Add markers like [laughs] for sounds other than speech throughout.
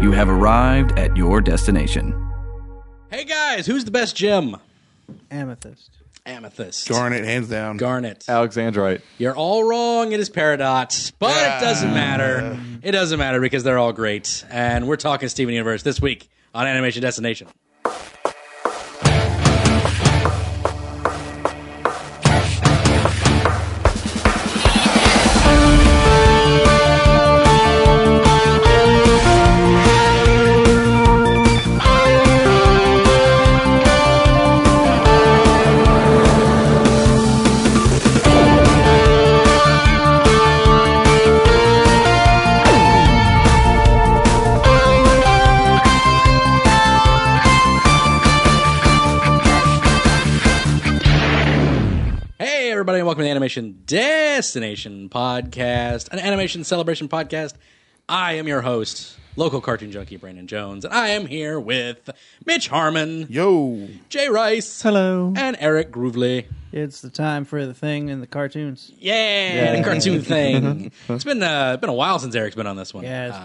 You have arrived at your destination. Hey guys, who's the best gym? Amethyst. Amethyst. Garnet, hands down. Garnet. Alexandrite. You're all wrong. It is Peridot, but it doesn't matter. It doesn't matter because they're all great. And we're talking Steven Universe this week on Animation Destination. Hey everybody, and welcome to the Animation Destination podcast, an animation celebration podcast. I am your host, local cartoon junkie Brandon Jones, and I am here with Mitch Harmon, Yo, Jay Rice, Hello. and Eric Groovely. It's the time for the thing in the cartoons. Ah, Yeah, the [laughs] cartoon thing. Mm-hmm. It's been uh, been a while since Eric's been on this one. Yeah, it's,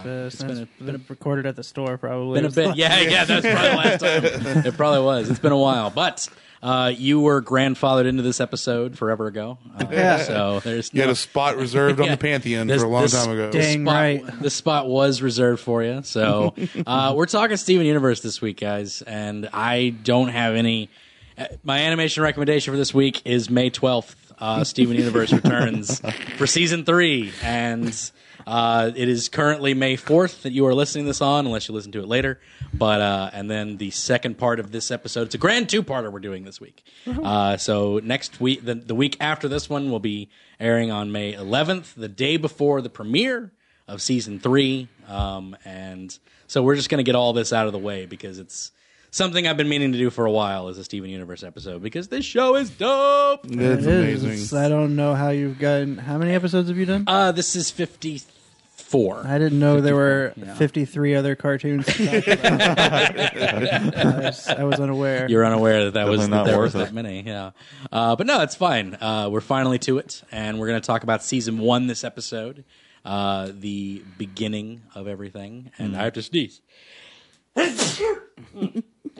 Uh, been, it's been recorded at the store probably. been a [laughs] bit. Yeah, yeah, that's probably the last time. It probably was. It's been a while, but. Uh, you were grandfathered into this episode forever ago. Uh, Yeah. So there's you no, had a spot reserved on Yeah. the Pantheon This- for a long this- time ago. Dang spot, right. [laughs] This spot was reserved for you. So uh, we're talking Steven Universe this week, guys, and I don't have any. uh, My animation recommendation for this week is May twelfth. Uh, Steven Universe returns for season three, and uh, it is currently May fourth that you are listening this on, unless you listen to it later. But uh, and then the second part of this episode, it's a grand two-parter we're doing this week. Uh, so next week, the, the week after this one will be airing on May eleventh, the day before the premiere of season three. Um, and so we're just going to get all this out of the way because it's something I've been meaning to do for a while is a Steven Universe episode because this show is dope. That's It is. amazing. It's- I don't know how you've gotten. How many episodes have you done? Uh, this is 54. I didn't know there were 53 other cartoons. to talk [laughs] about. I, was, I was unaware. You're unaware that that was Definitely not there was worth that many, yeah. Uh, but no, that's fine. Uh, we're finally to it, and we're going to talk about season one this episode, uh, the beginning of everything. Mm. And I have to [laughs] sneeze.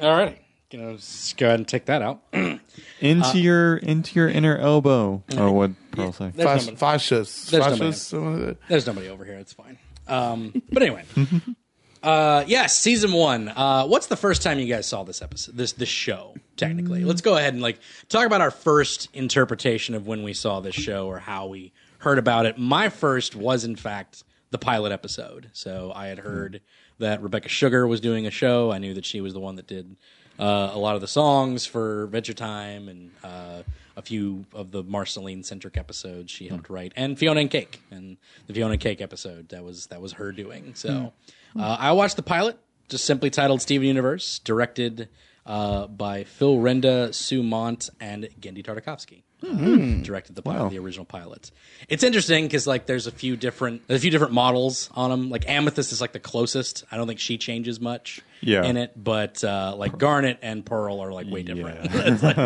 All right, gonna just go ahead and take that out. Into Uh, your into your inner elbow. Or what Pearl say? Fas- nobody. fascists. There's no Fascists, something like that. There's nobody over here. It's fine. Um, but anyway, [laughs] uh, yes, season one. Uh, what's the first time you guys saw this episode? This this show technically. Let's go ahead and like talk about our first interpretation of when we saw this show or how we heard about it. My first was in fact the pilot episode. So I had heard that Rebecca Sugar was doing a show. I knew that she was the one that did uh, a lot of the songs for Venture Time and uh, a few of the Marceline centric episodes she helped write, and Fiona and Cake and the Fiona and Cake episode that was that was her doing. So uh, I watched the pilot, just simply titled Steven Universe, directed uh, by Phil Renda, Sue Mont, and Gendy Tartakovsky. Uh, directed the pilot, the original pilot. It's interesting because like there's a few different there's a few different models on them. Like Amethyst is like the closest. I don't think she changes much Yeah. in it, but uh, like Garnet and Pearl are like way different. [laughs] It's like,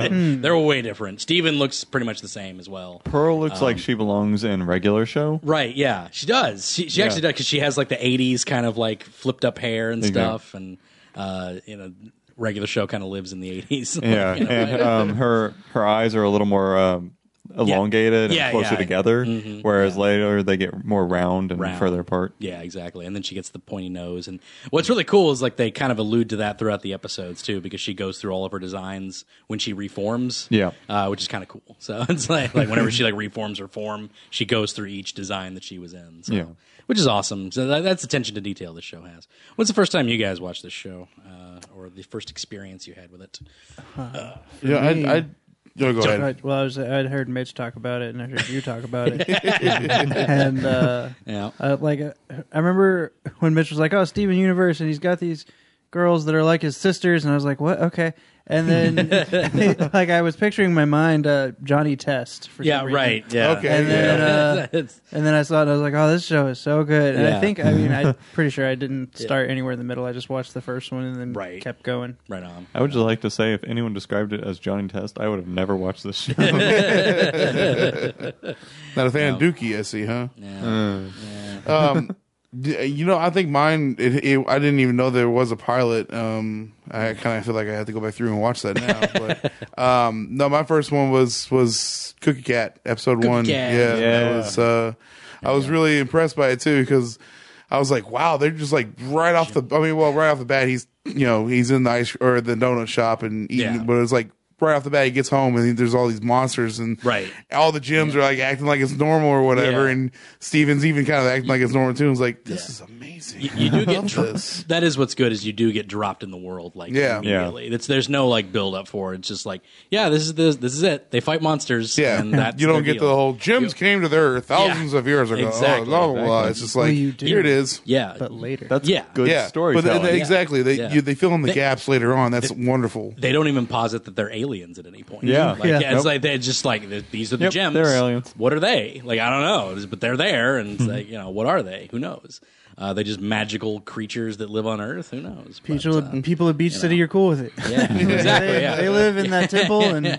they're way different. Steven looks pretty much the same as well. Pearl looks Um, like she belongs in regular show. Right, yeah, she does. She, she actually does because she has like the '80s kind of like flipped up hair and stuff, and uh, you know, regular show kind of lives in the '80s. [laughs] Yeah, You know, and um, her her eyes are a little more um, elongated Yeah, and closer yeah. Mm-hmm. together, whereas later they get more round and Round. further apart. Yeah, exactly. And then she gets the pointy nose. And what's really cool is like they kind of allude to that throughout the episodes too, because she goes through all of her designs when she reforms. Yeah. uh, which is kind of cool. So [laughs] it's like like whenever she like reforms her form, she goes through each design that she was in. So, Yeah. which is awesome. So that, that's attention to detail this show has. When's the first time you guys watched this show, uh, or the first experience you had with it? Yeah, I, I, yo, go ahead. Right, well, I was, I'd heard Mitch talk about it, and I heard you talk about [laughs] it, and uh, Yeah. uh, like uh, I remember when Mitch was like, "Oh, Steven Universe," and he's got these girls that are like his sisters, and I was like, "What? Okay." And [laughs] then, [laughs] like, I was picturing in my mind uh, Johnny Test. For some Yeah, reason. right. Yeah. Okay. [laughs] And then, Yeah. uh, and then I saw it. and I was like, "Oh, this show is so good." And Yeah. I think, I mean, [laughs] I'm pretty sure I didn't start anywhere in the middle. I just watched the first one and then Right. kept going. right on. I would just like to say, if anyone described it as Johnny Test, I would have never watched [laughs] this show. Not a fan of Dookie, I see, huh? Yeah. Um, D- You know, I think mine. It, it, I didn't even know there was a pilot. Um, I kind of feel like I have to go back through and watch [laughs] that now. but um, no, my first one was was Cookie Cat episode one. Cat. Yeah, that Yeah. was. Uh, I was really impressed by it too because I was like, wow, they're just like right off the. I mean, well, right off the bat, he's you know he's in the ice or the donut shop and eating, Yeah. but it's like. Right off the bat, he gets home and there's all these monsters and Right. [laughs] all the gyms are like acting like it's normal or whatever, Yeah. and Steven's even kind of acting like it's normal too. It's like, this is amazing. You, you do I get love dro- this. that is what's good is you do get dropped in the world like Yeah. immediately. It's there's no like build up for it. It's just like yeah, this is this this is it. They fight monsters. [laughs] Yeah, [laughs] and that's you don't get deal. the whole gyms came to the earth thousands Yeah. of years ago. Exactly. Exactly. Blah, blah, blah. It's just like you do. here it is. yeah. but later. That's Yeah. good yeah, storytelling. But they- they- Yeah. exactly, they Yeah. you, they fill in the They- gaps later on. That's wonderful. they don't even posit that they're aliens at any point. Yeah. like, Yeah. yeah. It's Nope. like they're just like th- these are the Yep, gems. they're aliens. Mm-hmm. What are they? Like I don't know, but they're there, and it's like you know, what are they? Who knows? Uh, they just magical creatures that live on Earth. Who knows? But, People, uh, people at Beach City are cool with it. [laughs] yeah, [laughs] exactly. they, yeah. they [laughs] live [laughs] in that temple and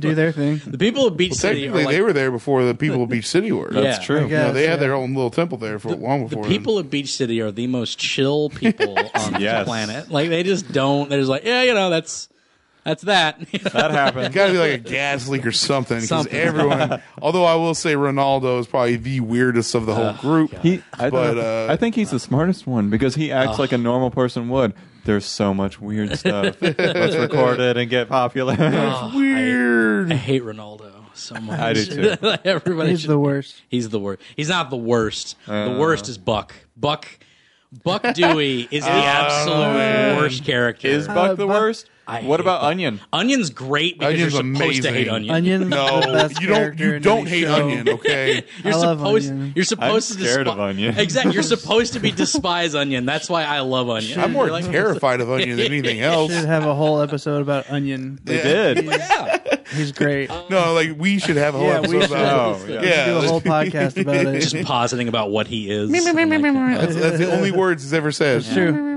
do their thing. the people of Beach City. Are Technically, like, they were there before the [laughs] people of Beach City were. That's That's Yeah. true. I guess. You know, they Yeah. had their own little temple there for long before. the then. people of Beach City are the most chill [laughs] people on the Yes. planet. Like they just don't. They're just like, yeah, you know, that's that's that. [laughs] [laughs] That happened. Got to be like a gas leak or something because Something. [laughs] everyone. although I will say Ronaldo is probably the weirdest of the whole group. He, I, But, don't- uh, I think he's the smartest one because he acts Ah. like a normal person would. There's so [laughs] much weird stuff. Let's record it and get popular. weird. uh, I hate Ronaldo so much. I do too. [laughs] Like, Everybody He's should- the worst. He's the worst. He's not the worst. Uh. the worst is Buck. Buck. [laughs] Buck Dewey is the absolute worst character. Oh, Is Buck the Buck- worst? Uh, I what hate about Buck. Onion? Onion's great because Onion's you're supposed to amazing. hate Onion. Onion's No, the best you don't. character You in don't any hate show. onion, okay? [laughs] You're I love supposed. Onion. You're supposed I'm to scared despi- of Onion. Exactly. [laughs] You're supposed to be despise Onion. That's why I love Onion. I'm more You're like, [laughs] terrified of onion than anything else. Should have a whole episode about Onion. They did. yeah. He's [laughs] great. No, like we should have a whole Yeah, episode we should. about. Oh, yeah. We should do [laughs] a whole podcast about it. Just positing about what he is. That's, that's the only words he's ever said. It's true.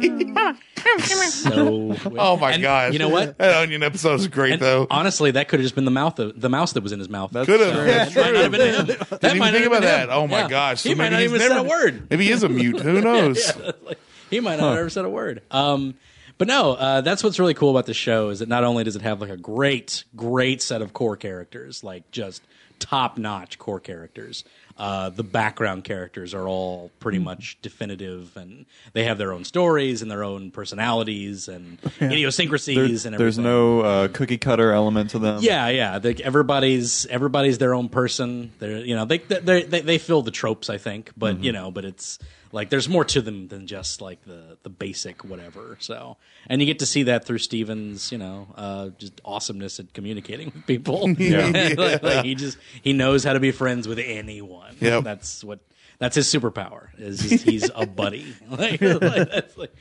So, [laughs] Oh my And gosh! You know what? That onion episode is great And though. honestly, that could have just been the mouth of the mouse that was in his mouth. That's Could have. true. That's That might not have been true. him. That Didn't might even think not have about been that. him. Oh my Yeah. gosh! He So might maybe not he's even said never- a word. Maybe he is a [laughs] mute. Who knows? Like, he might not have ever said a word. Um, but no, uh, that's what's really cool about the show is that not only does it have like a great, great set of core characters, like just top notch core characters. Uh, the background characters are all pretty Hmm. much definitive, and they have their own stories and their own personalities and idiosyncrasies There- and everything. there's no uh, cookie cutter element to them. Yeah, yeah. Like everybody's everybody's their own person. They're you know they they they, they fill the tropes I think, but you know, but it's like there's more to them than just like the the basic whatever. So and you get to see that through Steven's you know uh, just awesomeness at communicating with people. Yeah. [laughs] like, like, he just he knows how to be friends with anyone. [laughs] Yep. that's what that's his superpower. Is he's, he's a buddy. [laughs] Like, like, that's like-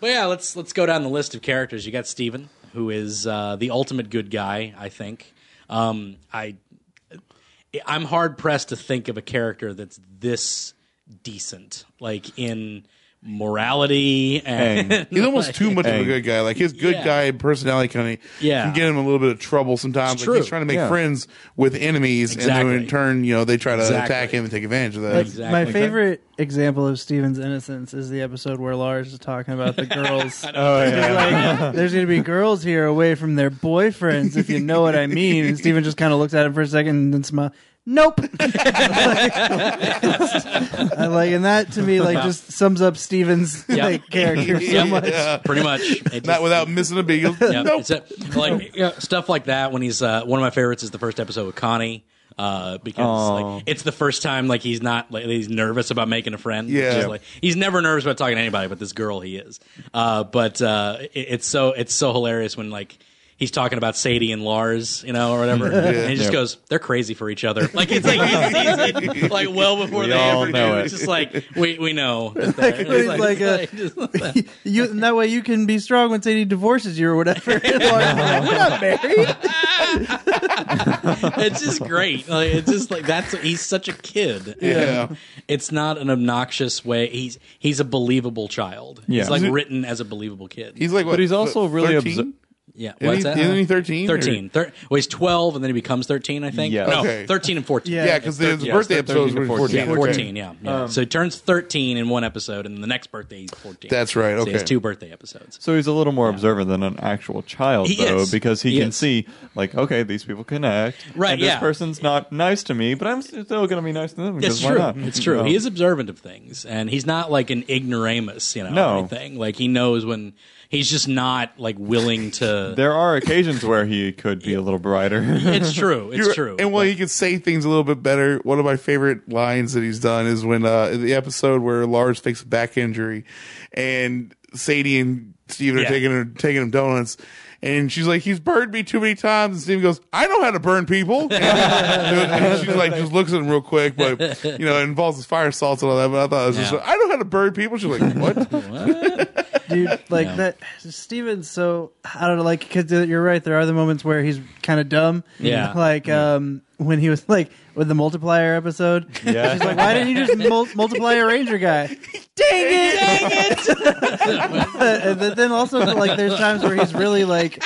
but yeah, let's let's go down the list of characters. You got Steven, who is uh, the ultimate good guy, I think. Um, I I'm hard pressed to think of a character that's this decent, like in morality and Aang. [laughs] He's almost too much of Hey. a good guy. Like his good Yeah. guy personality kind of Yeah. can get him a little bit of trouble sometimes. It's like true. he's trying to make Yeah. friends with enemies, and then Exactly. in turn, you know, they try to Exactly. attack him and take advantage of that. Like, Exactly. My favorite example of Steven's innocence is the episode where Lars is talking about the [laughs] girls. [laughs] Oh yeah. like, there's going to be girls here away from their boyfriends, if you know what I mean. And Steven just kind of looks at him for a second and then smiles. Nope. [laughs] I like, and that to me, like, just sums up Steven's Yeah. like character so Yeah, much. Yeah. pretty much. It Not just- without missing a beat. Yeah, [laughs] Nope. it's a- like yeah, stuff like that. When he's uh, one of my favorites is the first episode with Connie uh, because Aw. like it's the first time like he's not like he's nervous about making a friend. It's Yeah. just like, he's never nervous about talking to anybody, but this girl he is. Uh, but uh, it, it's so it's so hilarious when like. He's talking about Sadie and Lars, you know, or whatever, and he just [laughs] Yeah. goes, "They're crazy for each other." Like it's like he sees it like well before We they all ever know do. it. It's just like we we know. [laughs] That Like, they're- he's [laughs] like a- You, and that way you can be strong when Sadie divorces you or whatever. [laughs] Lars is like, We're not married. [laughs] it's just great. Like, it's just like that's he's such a kid. Yeah. And it's not an obnoxious way. He's he's a believable child. Yeah. He's like Is it- written as a believable kid. He's like, what, But he's also th- really 13? obser- Yeah, Isn't what's he- that? isn't he 13 or- 13. Thir- well, he's 12 and then he becomes 13, I think. Yeah. No, Okay. 13 and 14. Yeah, Um, because the the yeah, birthday it's episode is 13 when to he's 14. 14. Yeah, 14, yeah. yeah. so he turns 13 in one episode, and the next birthday he's 14. That's right, So he has okay. two birthday episodes. So he's a little more observant than an actual child, He though, is. because he, He can is. see, like, okay, these people connect. Right, and This yeah. person's not nice to me, but I'm still going to be nice to them. It's because true. Why not? It's true. No. He is observant of things, and he's not like an ignoramus, you know, No. or anything. Like he knows when he's just not like willing to. [laughs] There are occasions where he could be a little brighter. [laughs] it's true. It's You're- true. And well, he could say things a little bit better. One of my favorite lines that he's done is when uh, in the episode where Lars fakes a back injury, and Sadie and Steven Yeah. are taking her, taking him donuts. And she's like, he's burned me too many times. And Steven goes, I know how to burn people. [laughs] and she's like, just looks at him real quick, but you know, it involves fire salts and all that. But I thought it was just, Yeah. I know how to burn people. She's like, what? [laughs] dude like Yeah. that steven's so i don't know like because you're right there are the moments where he's kind of dumb Yeah. like um when he was like with the multiplier episode [laughs] Yeah. she's like why didn't you just mul- multiply a ranger guy dang [laughs] it dang it and uh, then- then also like there's times where he's really like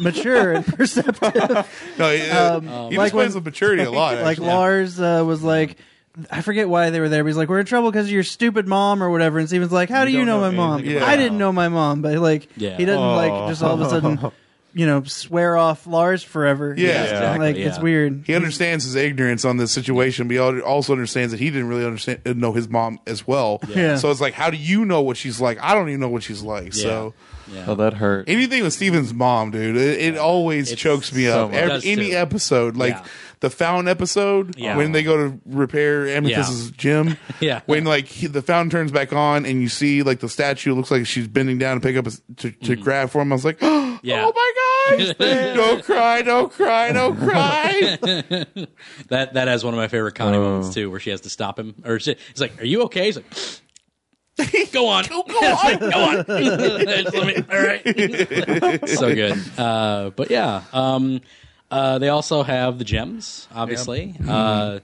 mature and [laughs] perceptive no, he, Um, he like displays when- the maturity a lot. [laughs] like actually. lars uh, was like I forget why they were there. But he's like, "We're in trouble because of your stupid mom or whatever." And Steven's like, "How do you don't know, my know mom? anything about I her." didn't know my mom." But like, Yeah. he doesn't Oh. like just all of a sudden, you know, swear off Lars forever. Yeah. Yeah, exactly, like it's yeah. weird. he understands his ignorance on this situation, but he al- also understands that he didn't really understand uh, know his mom as well. Yeah. So it's like, how do you know what she's like? I don't even know what she's like. Yeah. So Yeah. oh, that hurt. anything with Steven's mom, dude, it, it always It's chokes me so up. much. Every- It does any too. episode, like Yeah. the Found episode, Yeah. when they go to repair Amethyst's gym, [laughs] Yeah. when like he, the Found turns back on and you see like the statue looks like she's bending down to pick up a, s- to, to grab for him. I was like, Mm-hmm. [gasps] Yeah. oh my [laughs] gosh, don't cry, don't cry, don't cry. That that has one of my favorite Connie Oh. moments too, where she has to stop him, or she, he's like, "Are you okay?" He's like, [laughs] "Go on, go on, go on." [laughs] Just let me- all right, [laughs] so good. Uh, but yeah, um, uh, they also have the gems, obviously. Uh,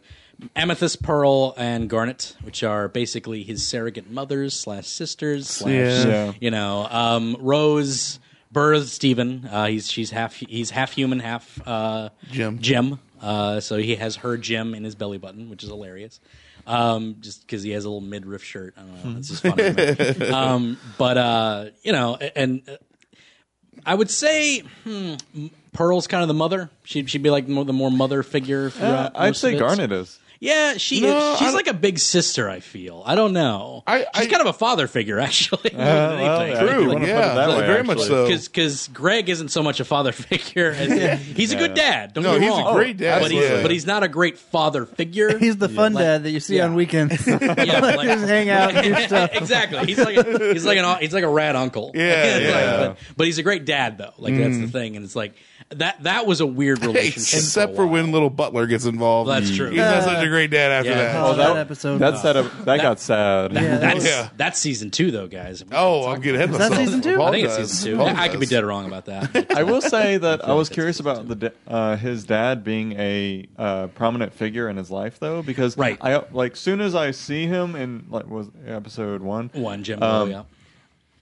Amethyst, Pearl, and Garnet, which are basically his surrogate mothers slash sisters slash Yeah. Yeah. you know, um, Rose birthed Stephen. Uh, he's she's half he's half human, half uh, Jim. Jim. Uh, so he has her Jim in his belly button, which is hilarious. Um, just because he has a little midriff shirt. I don't know. It's just funny. to [laughs] me. um, but uh, you know, a- and uh, I would say hmm, Pearl's kind of the mother. She'd she'd be like more, the more mother figure. Uh, throughout I'd most of say it. Garnet is. Yeah, she No, I she's don't- like a big sister. I feel. I don't know. I- she's I- kind of a father figure, [laughs] actually. more Uh, than well, anything. yeah, if you True, wanna put it yeah, that way, very much actually. so. because because Greg isn't so much a father [laughs] figure. As He's a good dad. Don't No, get me he's a wrong. great dad, but he's, yeah. but he's not a great father figure. He's the fun Like- dad that you see yeah. on [laughs] weekends. Yeah, like- [laughs] [laughs] just hang out [laughs] and do stuff. exactly. He's like a, he's like an he's like a rad uncle. Yeah, Mm. Like, yeah. But, but he's a great dad though. Like that's the thing, and it's like that that was a weird relationship. Except for, for a while. when little Butler gets involved. That's true. He's not such a great dad after Yeah. that. Oh, that, that, episode. That's that, that, got sad. yeah, that That's, was- Yeah. that's season two though, guys. Oh, I'm getting ahead of myself. season two? I think it's Apologize. season two. I- I could be Apologize. dead wrong about that. [laughs] I will say that I, like was that's curious about the da- uh, his dad being a uh, prominent figure in his life, though, because Right. I like soon as I see him in like was episode one, [laughs] One Jim. Um, yeah.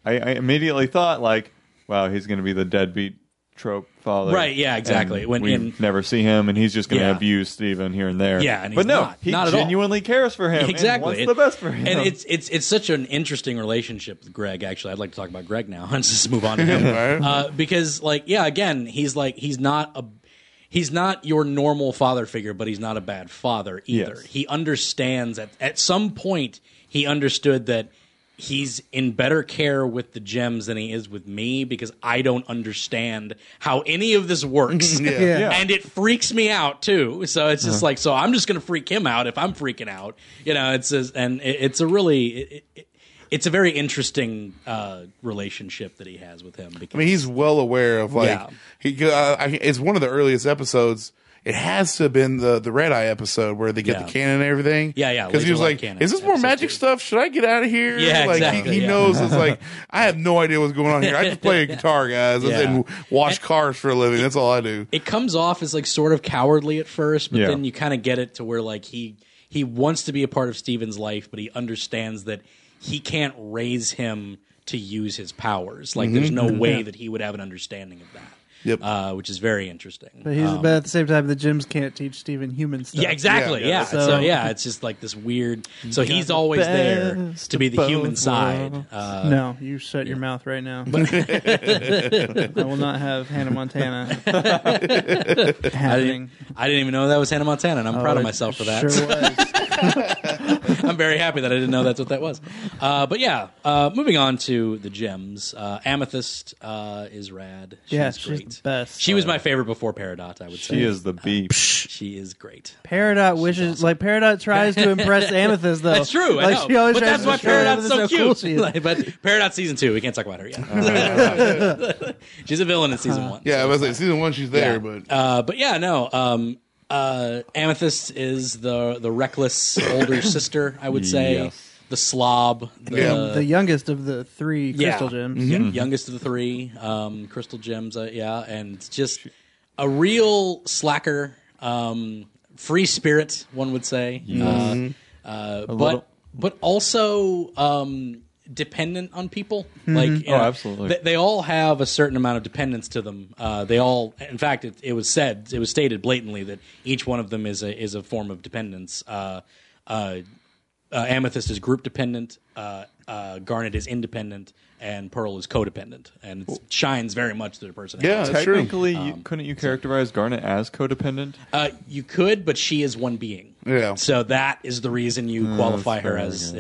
I, I immediately thought like, wow, he's going to be the deadbeat trope father, Right, yeah, exactly. and When- we in- never see him, and he's just going to Yeah. abuse Steven here and there. Yeah, and but he's no, not. he Not at all. genuinely cares for him. exactly and It- wants the best for him. and it's it's it's such an interesting relationship with greg actually i'd like to talk about greg now [laughs] let's just move on to [laughs] him uh, because like yeah again he's like he's not a he's not your normal father figure but he's not a bad father either Yes. he understands at, at some point he understood that he's in better care with the gems than he is with me because i don't understand how any of this works Yeah. Yeah. and it freaks me out too. So it's just like, so I'm just going to freak him out if I'm freaking out. You know, it's a, and it, it's a really, it, it, it's a very interesting uh, relationship that he has with him. Because, I mean, he's well aware of like Yeah. he. Uh, I, it's one of the earliest episodes. It has to have been the the red eye episode where they get Yeah. the cannon and everything. Yeah, yeah, Because he laser was light like, cannon, "Is this more episode magic two. stuff? Should I get out of here?" Yeah, like exactly, he, he yeah. knows it's [laughs] like I have no idea what's going on here. I just play a guitar, guys, Yeah. and wash cars for a living. That's all I do. it comes off as like sort of cowardly at first, but Yeah. then you kind of get it to where like he he wants to be a part of Steven's life, but he understands that he can't raise him to use his powers. Like there's no way that he would have an understanding of that. Mm-hmm. Yep. uh, which is very interesting. But he's Um, but at the same time the gyms can't teach Steven human stuff. yeah, exactly. Yeah, Yeah, yeah. So, So- yeah, it's just like this weird. So he's always there best to be the of human both side. worlds. Uh, No, you shut your mouth right now. [laughs] [laughs] I will not have [laughs] Hannah Montana happening. I didn't even know that was Hannah Montana, and I'm proud of myself for that. Oh, [laughs] Sure was. I'm very happy that I didn't know that's what that was. Uh, but yeah, uh, moving on to the gems. Uh, Amethyst uh, is rad. She's Yeah, she's great. the best. She was my favorite before Peridot. I would say She is the beep. She is [laughs] great. Peridot wishes, like Peridot tries [laughs] to impress Amethyst, though. That's true. Like I she know. always But tries that's to why show Peridot's Amethyst so how cute. cool she is. [laughs] [laughs] Like, but Peridot season two, we can't talk about her yet. [laughs] [laughs] She's a villain in Uh-huh. season one. yeah, I was like season one, she's there, Yeah. but uh, but yeah, no. Um, uh, Amethyst is the the reckless [coughs] older sister, I would say. Yes. The slob, the, Yeah. the youngest of the three uh, yeah. Mm-hmm. crystal gems. Yeah, Mm-hmm. youngest of the three, um, crystal gems. Uh, yeah, and it's just a real slacker, um, free spirit, one would say. Uh, uh, but Mm-hmm. little- but also um, dependent on people. Like you Oh, know, absolutely. They, they all have a certain amount of dependence to them. Uh, they all, in fact, it, it was said, it was stated blatantly that each one of them is a is a form of dependence. Uh, uh, uh, Amethyst is group dependent, uh, uh, Garnet is independent, and Pearl is codependent, and it shines very much to their personality. yeah, that's true. Technically, you, Um, couldn't you characterize Garnet as codependent? Uh, you could, but she is one being. Yeah. So that is the reason you qualify her as.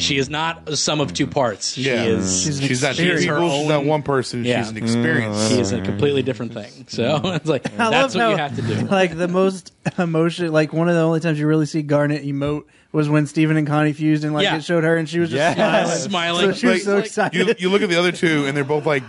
She is not a sum of two parts. Yeah. She is. She's, not two experience. people. Her she's not one person. Yeah. Mm. She's an experience. She is a completely different thing. So [laughs] it's like I that's what love you how, have to do. [laughs] [laughs] Like the most emotion, like one of the only times you really see Garnet emote was when Stephen and Connie fused, and like Yeah. it showed her, and she was just Yes. Smiling. smiling. So she was Like, so like, excited. You, you look at the other two, and they're both like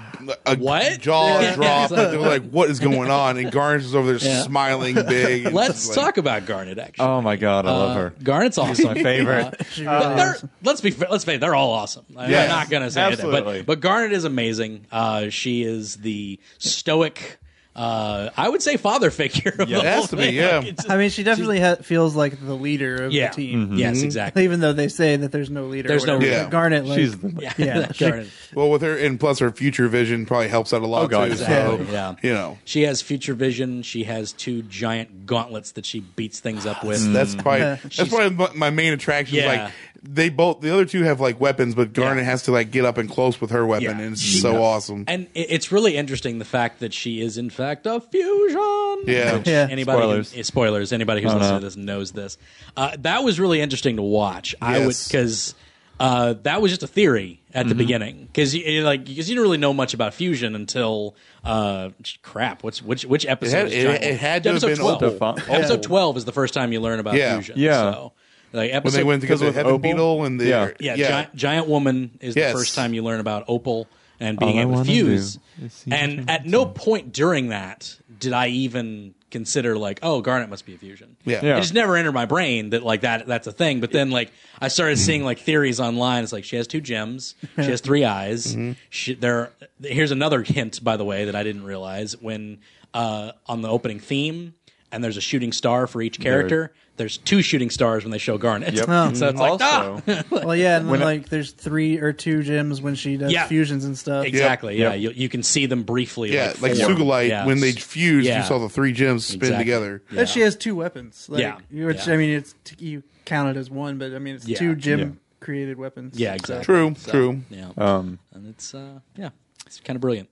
a What? jaw Yeah. drop. and they're like, "What is going on?" And Garnet is over there Yeah. smiling [laughs] big. and Let's just like- talk about Garnet. Actually, Oh my god, I Uh, love her. Garnet's She's my awesome. [laughs] favorite. But they're, let's be let's face it, they're all awesome. I- Yes. I'm not gonna say that, Absolutely. but but Garnet is amazing. Uh, she is the stoic. Uh, I would say father figure. Of the It has whole to be, thing. yeah. Like, it's just- I mean, she definitely ha- feels like the leader of yeah. the team, Yes, exactly. even though they say that there's no leader. or There's no whatever. leader. But Garnet. Like, She's the Yeah, [laughs] [laughs] Yeah. Garnet. Well, with her and plus her future vision probably helps out a lot Oh, God, too. exactly, So, yeah. you know, She has future vision. She has two giant gauntlets that she beats things up with. that's probably She's- that's probably my- my main attraction. is Mm. Yeah. Like they both the other two have like weapons, but Garnet has to like get up and close with her weapon, Yeah. and it's She so does. awesome. And i- it's really interesting the fact that she is in fact a fusion. Yeah. Which [laughs] Yeah. Anybody Spoilers. eh, spoilers. Anybody who's Oh, no. listening to this knows this. Uh, that was really interesting to watch. I would Yes. because uh, that was just a theory at Mm-hmm. the beginning because you, like because you didn't really know much about fusion until uh, crap. What's which which It episode? had, is it, Giant it Wolf? had to have episode been twelve. Opal. Opal. Episode twelve is the first time you learn about Yeah. fusion. Yeah. So, like when episode they went to go because to with Heaven Opal? Beetle and the Yeah. yeah, Giant, giant woman is Yes. the first time you learn about opal and being All I able to wanna fuse. do is see what you And at no point during that did I even consider like, oh, Garnet must be a fusion. Yeah. Yeah. It just never entered my brain that like that that's a thing. But then like I [clears throat] started seeing like theories online. It's like she has two gems, she has three [laughs] eyes. Mm-hmm. She, there, here's another hint by the way that I didn't realize when uh, on the opening theme. And there's a shooting star for each character. There's two shooting stars when they show Garnet. [laughs] Yep. So it's like, ah! [laughs] also, well, yeah, and then, like there's three or two gyms when she does Yeah. fusions and stuff. Exactly. Yeah, Yep. You, you can see them briefly. Yeah, like form. Sugalite Yeah. when they fused, Yeah. you saw the three gems spin Exactly. together. Yeah. But she has two weapons. Like, Yeah. Which Yeah. I mean, it's you count it as one, but I mean, it's Yeah. two gym created weapons. Yeah, So- exactly. True, true. Yeah, um, and it's uh, yeah, it's kind of brilliant.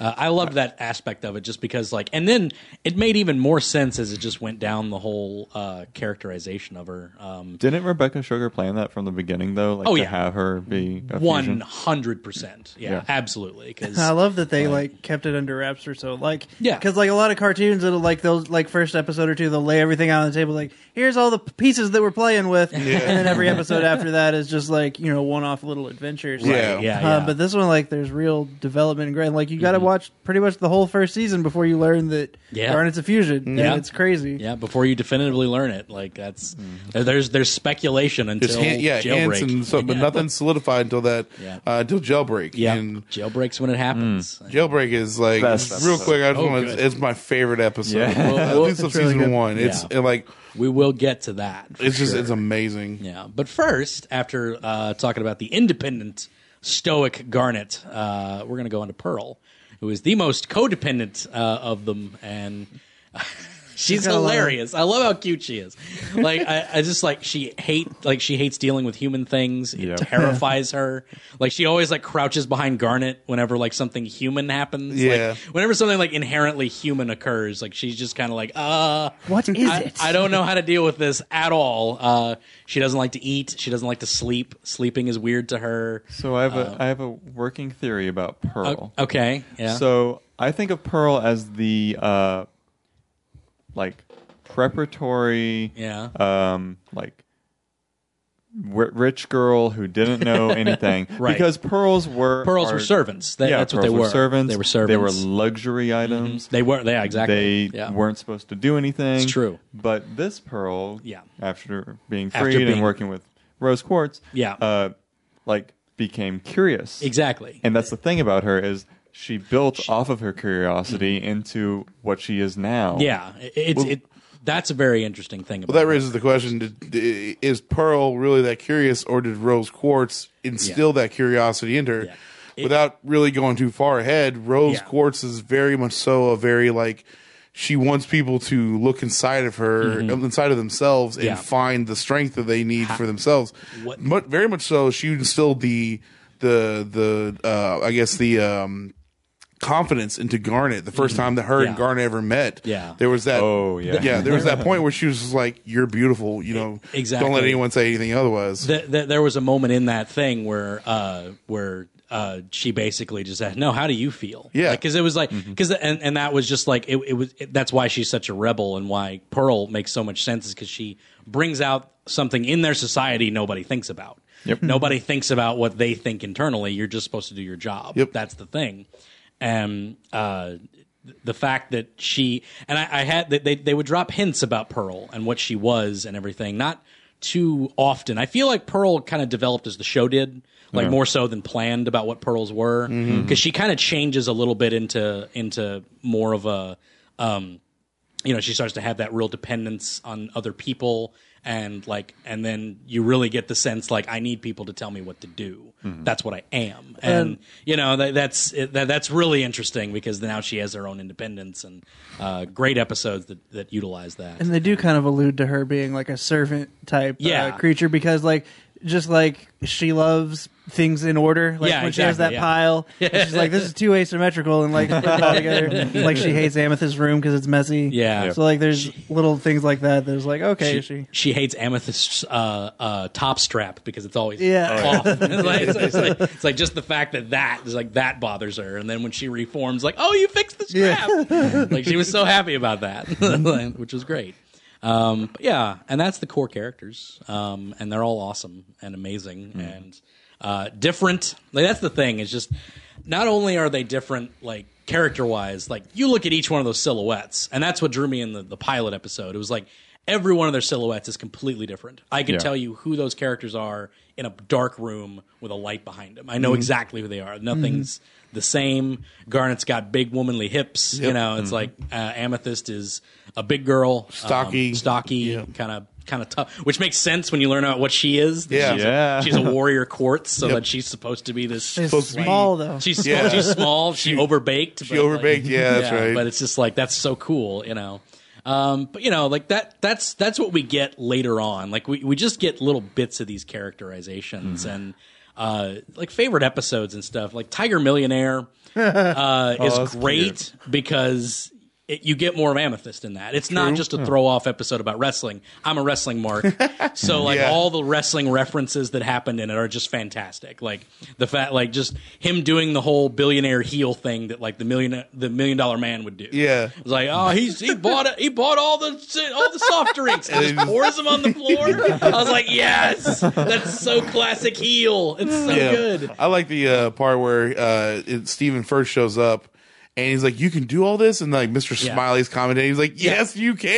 Uh, I loved that aspect of it just because like, and then it made even more sense as it just went down the whole uh, characterization of her. Um, didn't Rebecca Sugar plan that from the beginning though? Like Oh, to yeah. have her be a One fusion? hundred percent. Yeah, Yeah. absolutely. Because [laughs] I love that they like kept it under wraps for so like Yeah. because like a lot of cartoons it'll like they'll like first episode or two they'll lay everything out on the table like here's all the p- pieces that we're playing with and then every episode after that is just like you know one off little adventures Yeah. Uh, Yeah, yeah. Mm-hmm. but this one like there's real development and growth like you got to watch pretty much the whole first season before you learn that Yeah. Garnet's a fusion yeah Yeah. it's crazy yeah, before you definitively learn it, like that's there's there's speculation until Just hint, Mm-hmm. yeah, hints jailbreak. [laughs] and so, but Yeah. nothing solidified until that, Yeah. uh, until jailbreak. Yeah, and jailbreaks when it happens. jailbreak is like Best real episode. quick. I just Oh, want good. to, it's my favorite episode. Yeah. [laughs] Well, At well, least of it's really season good. one. It's Yeah. uh, like We will get to that. for it's just sure. it's amazing. Yeah, but first, after uh, talking about the independent stoic Garnet, uh, we're going to go on to Pearl, who is the most codependent uh, of them, and [laughs] she's got a lot of- hilarious. I love how cute she is. Like I, I just like she hate like she hates dealing with human things. It Yep. terrifies her. Like she always like crouches behind Garnet whenever like something human happens. Yeah. Like, whenever something like inherently human occurs, like she's just kind of like uh What is I, it? I don't know how to deal with this at all. Uh, she doesn't like to eat. She doesn't like to sleep. Sleeping is weird to her. So I have Uh, a I have a working theory about Pearl. Okay. Yeah. So I think of Pearl as the uh, like preparatory, Yeah. um, like ri rich girl who didn't know anything. [laughs] Right. Because pearls were Pearls are- were servants. They- yeah, that's what pearls they were. Servants. They were servants. Mm-hmm. They were luxury items. They were. Yeah. Exactly. They yeah. weren't supposed to do anything. It's true. But this pearl, Yeah. after being freed After being- and working with Rose Quartz, Yeah. uh, like became curious. Exactly. And that's the thing about her is she built off of her curiosity into what she is now. yeah. It, it's it. That's a very interesting thing about. Well, that it. raises the question: did, Is Pearl really that curious, or did Rose Quartz instill that curiosity into her? Yeah. It- Without really going too far ahead, Rose Yeah. Quartz is very much so a very like she wants people to look inside of her, um, inside of themselves, and Mm-hmm. Yeah. find the strength that they need for themselves. What- Mu- very much so, she instilled the the the uh, I guess the. um confidence into garnet the 1st time that her and Mm-hmm. Yeah. garnet ever met Yeah. there was that Oh, yeah. yeah there was that point where she was just like, "You're beautiful," you know. Exactly. Don't let anyone say anything otherwise. Th- th- there was a moment in that thing where uh, where uh, she basically just said, "No, how do you feel?" Yeah. Mm-hmm. because it was like because and and that was just like it, it was it, that's why she's such a rebel and why Pearl makes so much sense is because she brings out something in their society nobody thinks about. Mm-hmm. Yep. Nobody thinks about what they think internally. You're just supposed to do your job. Yep. That's the thing. And uh, the fact that she and I, I had that they they would drop hints about Pearl and what she was and everything. Not too often. I feel like Pearl kind of developed as the show did, like more so than planned about what pearls were, because she kind of changes a little bit into into more of a. Um, you know she starts to have that real dependence on other people and like and then you really get the sense like i need people to tell me what to do that's what i am and you know that, that's that, that's really interesting because now she has her own independence and uh, great episodes that, that utilize that And they do kind of allude to her being like a servant type Yeah. uh, creature because like just like she loves things in order. Like Yeah, when she has exactly, that yeah. pile, and she's like, "This is too asymmetrical," and like put it all together. [laughs] like she hates Amethyst's room because it's messy. Yeah. So like there's little things like that. There's like she, okay, she, she hates amethyst's uh, uh, top strap because it's always Yeah. off. [laughs] it's, like, it's, it's like, it's like just the fact that that is like that bothers her, and then when she reforms, like oh you fixed the strap, [laughs] like she was so happy about that, [laughs] which was great. Um, but yeah, and that's the core characters, um, and they're all awesome and amazing and uh, different. Like that's the thing. It's just not only are they different, like character wise, like you look at each one of those silhouettes, and that's what drew me in the, the pilot episode. It was like every one of their silhouettes is completely different. I could Yeah. tell you who those characters are in a dark room with a light behind them. I know exactly who they are. Nothing's the same. Garnet's got big womanly hips. You know, it's like uh, Amethyst is a big girl, um, Stocky. stocky, kind of kind of tough, which makes sense when you learn about what she is. Yeah. She's, Yeah. A, she's a warrior quartz, so that she's supposed to be this. Supposed to be- small though. She's Yeah. she's small. She, overbaked. She overbaked. yeah, that's right. But it's just like that's so cool, you know. Um, but you know, like that that's that's what we get later on. Like we, we just get little bits of these characterizations Mm-hmm. and uh, like favorite episodes and stuff. Like Tiger [laughs] Millionaire uh, Oh, is that's great because it, you get more of Amethyst in that. It's not just a throw off episode about wrestling. I'm a wrestling [laughs] mark, so like Yeah. all the wrestling references that happened in it are just fantastic. Like the fact, like just him doing the whole billionaire heel thing that like the million the million dollar man would do. Yeah. it's like oh he's he bought it, he bought all the si- all the soft drinks and And just pours them on the [laughs] floor. I was like yes, that's so classic heel. It's so yeah. good. I like the uh, part where uh, it, Steven first shows up. And he's like, you can do all this, and like Mr. Yeah. Smiley's commenting, he's like, yes, [laughs] you can.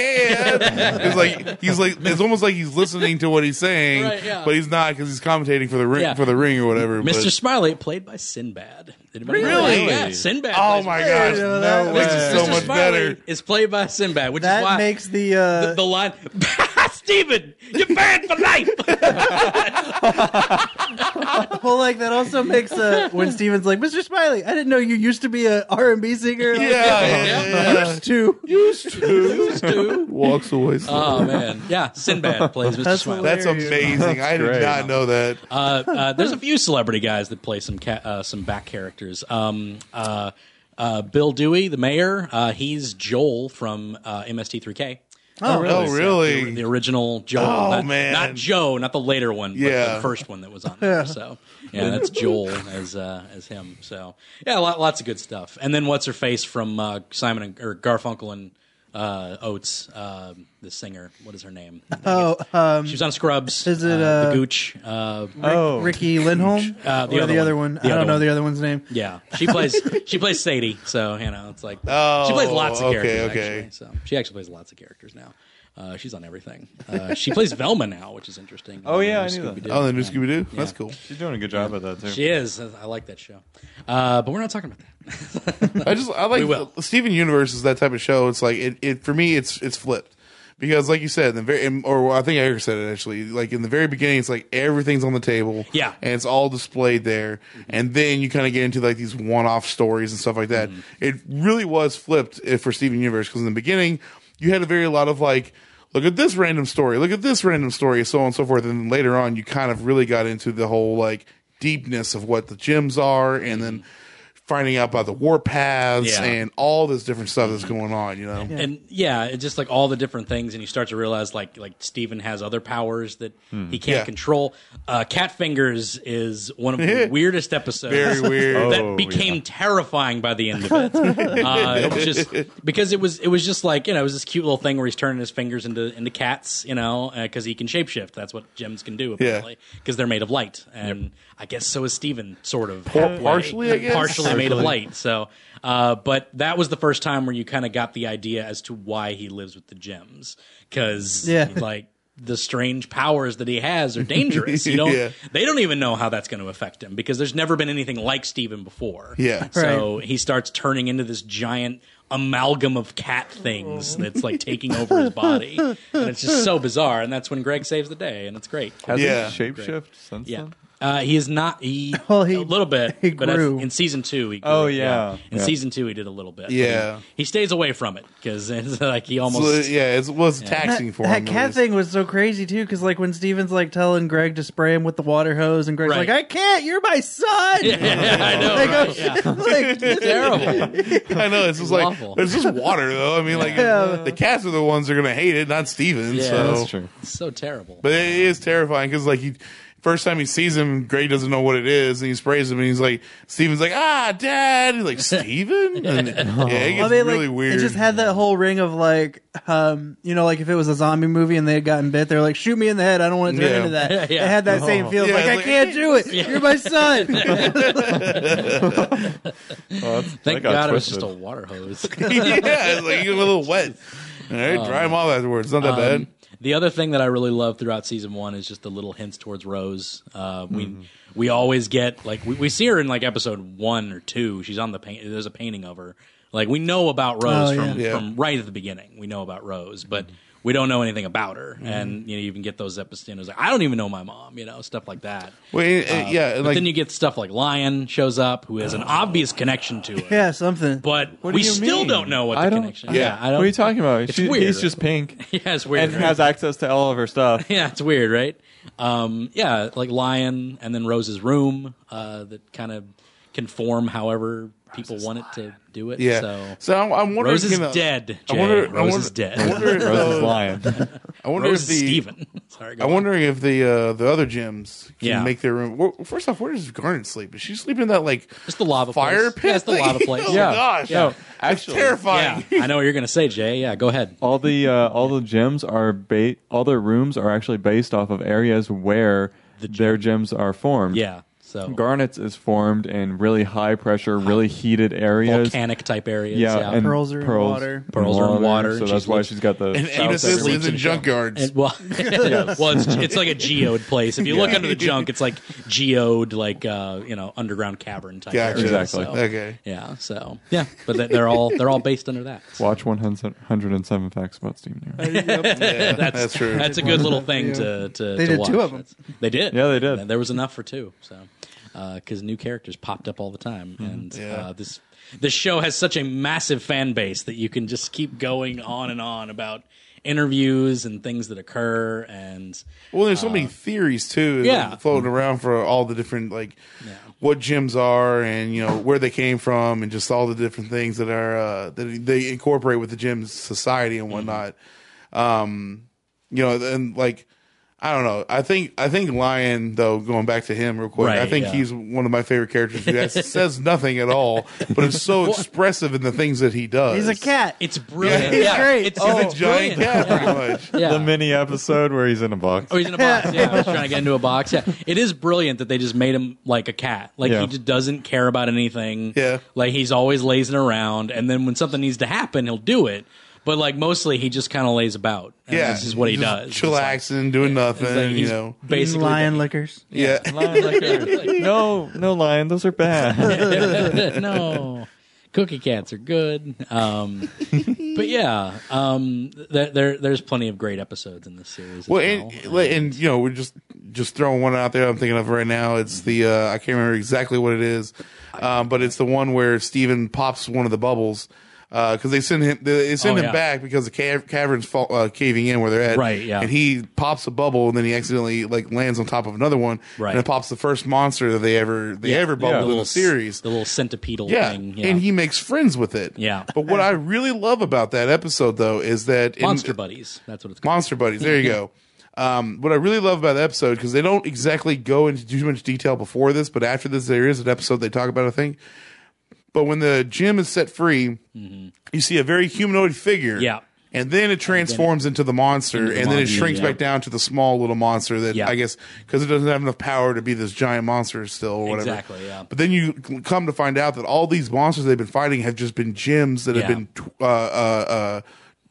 it's like he's like, it's almost like he's listening to what he's saying, Right, yeah. but he's not because he's commentating for the ring Yeah. for the ring or whatever. Mr. but- Smiley played by Sinbad. Anybody know Really? that? Yeah, Sinbad. oh plays- my gosh, know no that. way, Mr. This is so Mr. much Smiley better. Is played by Sinbad, which is that why makes the uh, the line [laughs] Steven, you're banned for [laughs] life. [laughs] Well, like that also makes uh, when Steven's like, Mr. Smiley, I didn't know you used to be a R and B singer. Yeah, yeah, [laughs] yeah. used to. Used to. Walks away. slow. oh man, yeah. Sinbad plays Mr. That's Smiley. That's amazing. I did great. not know that. Uh, uh, there's a few celebrity guys that play some ca- uh, some back characters. Um, uh, uh, Bill Dewey, the mayor, uh, he's Joel from uh, MST3K. Oh, really? Oh, really? The, the original Joel. Oh, not, man. Not Joe, not the later one, but Yeah. the first one that was on there. So, yeah, that's Joel as uh, as him. So, yeah, lot, lots of good stuff. And then what's her face from uh, Simon and, or Garfunkel and uh, Oates, uh, the singer. What is her name? Oh, um, She was on Scrubs. Is it, the uh, Gooch? Uh, Oh. Ricky Lindholm Uh, the or other the other one. one? The I don't other know one. the other one's name. Yeah, she [laughs] plays. she plays Sadie. So you know, it's like Oh, she plays lots of okay, characters. okay. Actually, so she actually plays lots of characters now. Uh, she's on everything. Uh, she plays Velma now, which is interesting. Oh, The new yeah, I knew that. Scooby-Doo. Oh, the new Scooby Doo. That's cool. She's doing a good job at that too. She is. I like that show, uh, but we're not talking about that. I just [laughs] I We like will. Steven Universe is that type of show. It's like it, it for me. It's it's flipped because like you said, the very in- or I think Eric said it actually. Like in the very beginning, it's like everything's on the table. Yeah. Mm-hmm. and it's all displayed there, and then you kind of get into like these one-off stories and stuff like that. Mm-hmm. It really was flipped eh, for Steven Universe because in the beginning you had a very lot of like. Look at this random story. Look at this random story, so on and so forth. And then later on, you kind of really got into the whole like deepness of what the gems are, and then finding out about the war paths Mm-hmm. Yeah. and all this different stuff that's going on, you know? And yeah, it's just like all the different things, and you start to realize like like Steven has other powers that Hmm. he can't Yeah. control. Uh, Catfingers is one of [laughs] the weirdest episodes. Very weird. Oh. that became terrifying by the end of [laughs] it. [laughs] Uh, it was just because it was it was just like you know it was this cute little thing where he's turning his fingers into into cats, you know, because he can shapeshift. That's what gems can do apparently because they're made of light, and I guess so is Steven, sort of halfway. partially, I guess? partially made of light. So, uh, but that was the first time where you kind of got the idea as to why he lives with the gems because Yeah. like. The strange powers that he has are dangerous. You don't, [laughs] Yeah. they don't even know how that's going to affect him because there's never been anything like Steven before. Yeah. So he starts turning into this giant amalgam of cat things that's like taking over his body. And it's just so bizarre. And that's when Greg saves the day. And it's great. Has Yeah. he shapeshift since Yeah. then? Uh, he is not. He, Well, he- a little bit. he but I- grew. in season two. He grew, Oh, yeah. In Yeah. season two, he did a little bit. Yeah. He, he stays away from it because it's like he almost. So, yeah, it was taxing That, for that him. cat it was. thing was so crazy too, because like when Steven's like telling Greg to spray him with the water hose, and Greg's Right. like, "I can't, you're my son." Yeah, [laughs] I know. Like, right? oh, Yeah. shit, [laughs] [laughs] like, Terrible. [laughs] I know, it's just like, Awful. it's just water, though. I [laughs] mean, like, Yeah. the cats are the ones that are going to hate it, not Steven. Yeah. so. That's true. It's [laughs] so terrible. But it is terrifying because, like, he. First time he sees him, Greg doesn't know what it is, and he sprays him, and he's like, "Steven's like, ah, Dad." He's like, [laughs] "Steven?" And, yeah, it gets I mean, really like, weird. It just [laughs] had that whole ring of like, um, you know, like if it was a zombie movie and they had gotten bit, they're like, "Shoot me in the head! I don't want to turn Yeah. into [laughs] that." Yeah. Oh. It had that same feeling, Yeah, like, it's "I like, can't do it. You're my son." [laughs] [laughs] Oh, that's, Thank that got God it was twisted. just a water hose. [laughs] yeah, it's like you get a little wet. All right, dry Um, them off afterwards. Not that bad. The other thing that I really love throughout season one is just the little hints towards Rose. Uh, we we always get like we, we see her in like episode one or two. She's on the paint. There's a painting of her. Like we know about Rose Oh, yeah. from Yeah. from right at the beginning. We know about Rose, but we don't know anything about her. Mm-hmm. And you know, you can get those episodes. you know, it's like I don't even know my mom. You know, stuff like that. Wait, uh, yeah, and But like then you get stuff like Lion shows up, who has an obvious connection to her. yeah, something. But Oh. What do we you still mean? don't know what the I don't- connection. Yeah. I don't. What are you talking about? She- weird. He's just pink [laughs] Yeah, it's weird. and right? has access to all of her stuff. [laughs] yeah, it's weird, right? Um, yeah, like Lion and then Rose's Room uh, that kind of conform however people want it to do it. Yeah. So, I'm, I'm wondering. Rose is you know, dead. I Jay. wonder- I Rose wonder- is dead. I wonder if Rose is the- lying. I wonder Rose if is the. Steven. [laughs] Sorry, go I on. wonder if the uh, the other gyms can Yeah. make their room. Well, first off, where does Garnet sleep? Is she sleeping in that like Just the lava fire place. pit? Yeah, it's the thing? lava place. oh Yeah. gosh, No, that's actually- terrifying. Yeah, I know what you're going to say, Jay. Yeah, go [laughs] ahead. all the uh, all the gems are ba- all the rooms are actually based off of areas where their gems are formed. Yeah. So Garnets is formed in really high pressure, really heated areas. volcanic type areas. Yeah, and Pearls are in water. Pearls are in water, So and that's she's why like- she's got the [laughs] And south Amos every- lives in junkyards. And- [laughs] well, [laughs] well, it's, it's like a geode place. If you look under the junk, it's like geode, like uh, you know, underground cavern type. Gotcha. area, Exactly. so- okay. Yeah. So yeah, but that- they're all they're all based under that. Watch 107 facts about Stephen Universe. [laughs] Yeah, that's, true. That's a good little thing to to. They to did watch. two of 'em. That's- They did. Yeah, they did. And There was enough for two. So because new characters popped up all the time, Mm-hmm. and Yeah. uh, this this show has such a massive fan base that you can just keep going on and on about interviews and things that occur and Well, there's so many theories too, yeah. like, floating around for all the different like what gyms are and you know where they came from and just all the different things that are uh, that they incorporate with the gym's society and whatnot. Um, you know, and like I don't know. I think I think Lion though, going back to him real quick, I Right, think yeah. he's one of my favorite characters who has, says nothing at all, but is so expressive in the things that he does. He's a cat. it's brilliant. He's Yeah, great. It's, He's it's a giant Oh, brilliant. cat, pretty much. Yeah. The mini episode where he's in a box. Oh, he's in a box. Yeah, he's trying to get into a box. Yeah, it is brilliant that they just made him like a cat. Like Yeah. he just doesn't care about anything. Yeah. like he's always lazing around, and then when something needs to happen, he'll do it. But like mostly, he just kind of lays about. And Yeah, this is what he just does. It's Chillaxing, doing like- nothing. it's like you he's know, basically lion lickers. yeah. Lion [laughs] liquor. no, no, lion. Those are bad. no. Cookie cats are good, um, [laughs] but yeah, um, there, there there's plenty of great episodes in this series. as Well, and, like, and you know, we're just just throwing one out there. I'm thinking of right now. It's the uh, I can't remember exactly what it is, um, but it's the one where Steven pops one of the bubbles because they send him they they send Oh, him yeah. back because the cav- cavern's fall, uh, caving in where they're at. Right, yeah. And he pops a bubble and then he accidentally like lands on top of another one. Right. And it pops the first monster that they ever they ever bubbled in little the s- series. the little centipedal thing, yeah. and he makes friends with it. Yeah. But what I really love about that episode, though, is that in- Monster Buddies. That's what it's called. Monster Buddies. There [laughs] you go. Um, what I really love about the episode because they don't exactly go into too much detail before this, but after this, there is an episode they talk about. I think. But when the gym is set free, you see a very humanoid figure. Mm-hmm. Yeah. And then it transforms into the monster, into the and then it monster, shrinks yeah. back down to the small little monster that Yeah. I guess because it doesn't have enough power to be this giant monster still or whatever. Exactly, yeah. But then you c- come to find out that all these monsters they've been fighting have just been gyms that Yeah. have been t- uh, uh, uh,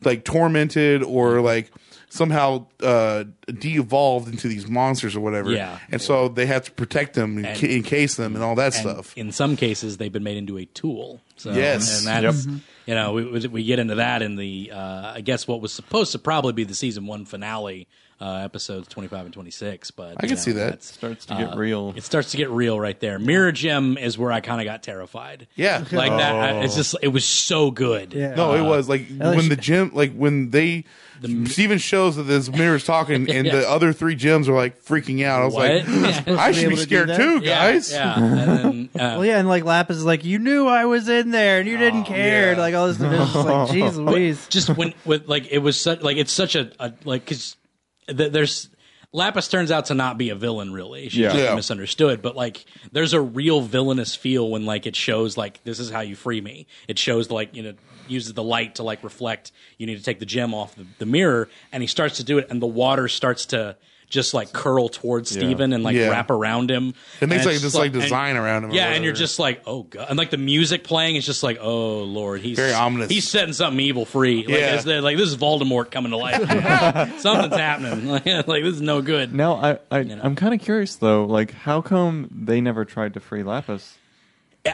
like tormented or Mm-hmm. like somehow uh, de-evolved into these monsters or whatever. Yeah. And so they have to protect them and, And- ca- encase them and all that and stuff. In some cases, they've been made into a tool. So, Yes. and that's you know we- we we get into that in the uh, I guess what was supposed to probably be the season one finale uh, episodes twenty five and twenty six, but I can see that. Starts to get Uh, real. It starts to get real right there. Mirror Gym is where I kind of got terrified. Yeah. like that. I, it's just it was so good. Yeah. No, it Uh, was like when the gym, like when they, Steven shows that this mirror's [laughs] talking, and the other three gyms are like freaking out. I was What? like, [laughs] I should be able to do scared that? too, Yeah, guys. Yeah, and then, [laughs] uh, Well, yeah, and like Lapis is like, you knew I was in there and you didn't Oh, care. yeah. Like all this stuff. It's just [laughs] like, geez Louise. just when with like it was such like it's such a, a like because th- there's Lapis turns out to not be a villain really. She's Yeah. just Yeah. misunderstood, but like there's a real villainous feel when like it shows like this is how you free me. It shows like you know uses the light to like reflect. You need to take the gem off the, the mirror, and he starts to do it, and the water starts to. Just like curl towards Steven and like Yeah. wrap around him. It makes, And like, it's this, just like, design and- around him or Yeah, and you're whatever. just like, oh god, and like the music playing is just like, oh lord, he's Very ominous. He's setting something evil free. Like, Yeah. it's- they're like this is Voldemort coming to [laughs] life. Something's happening. [laughs] Like, this is no good. Now I, I I'm kind of curious though, like how come they never tried to free Lapis?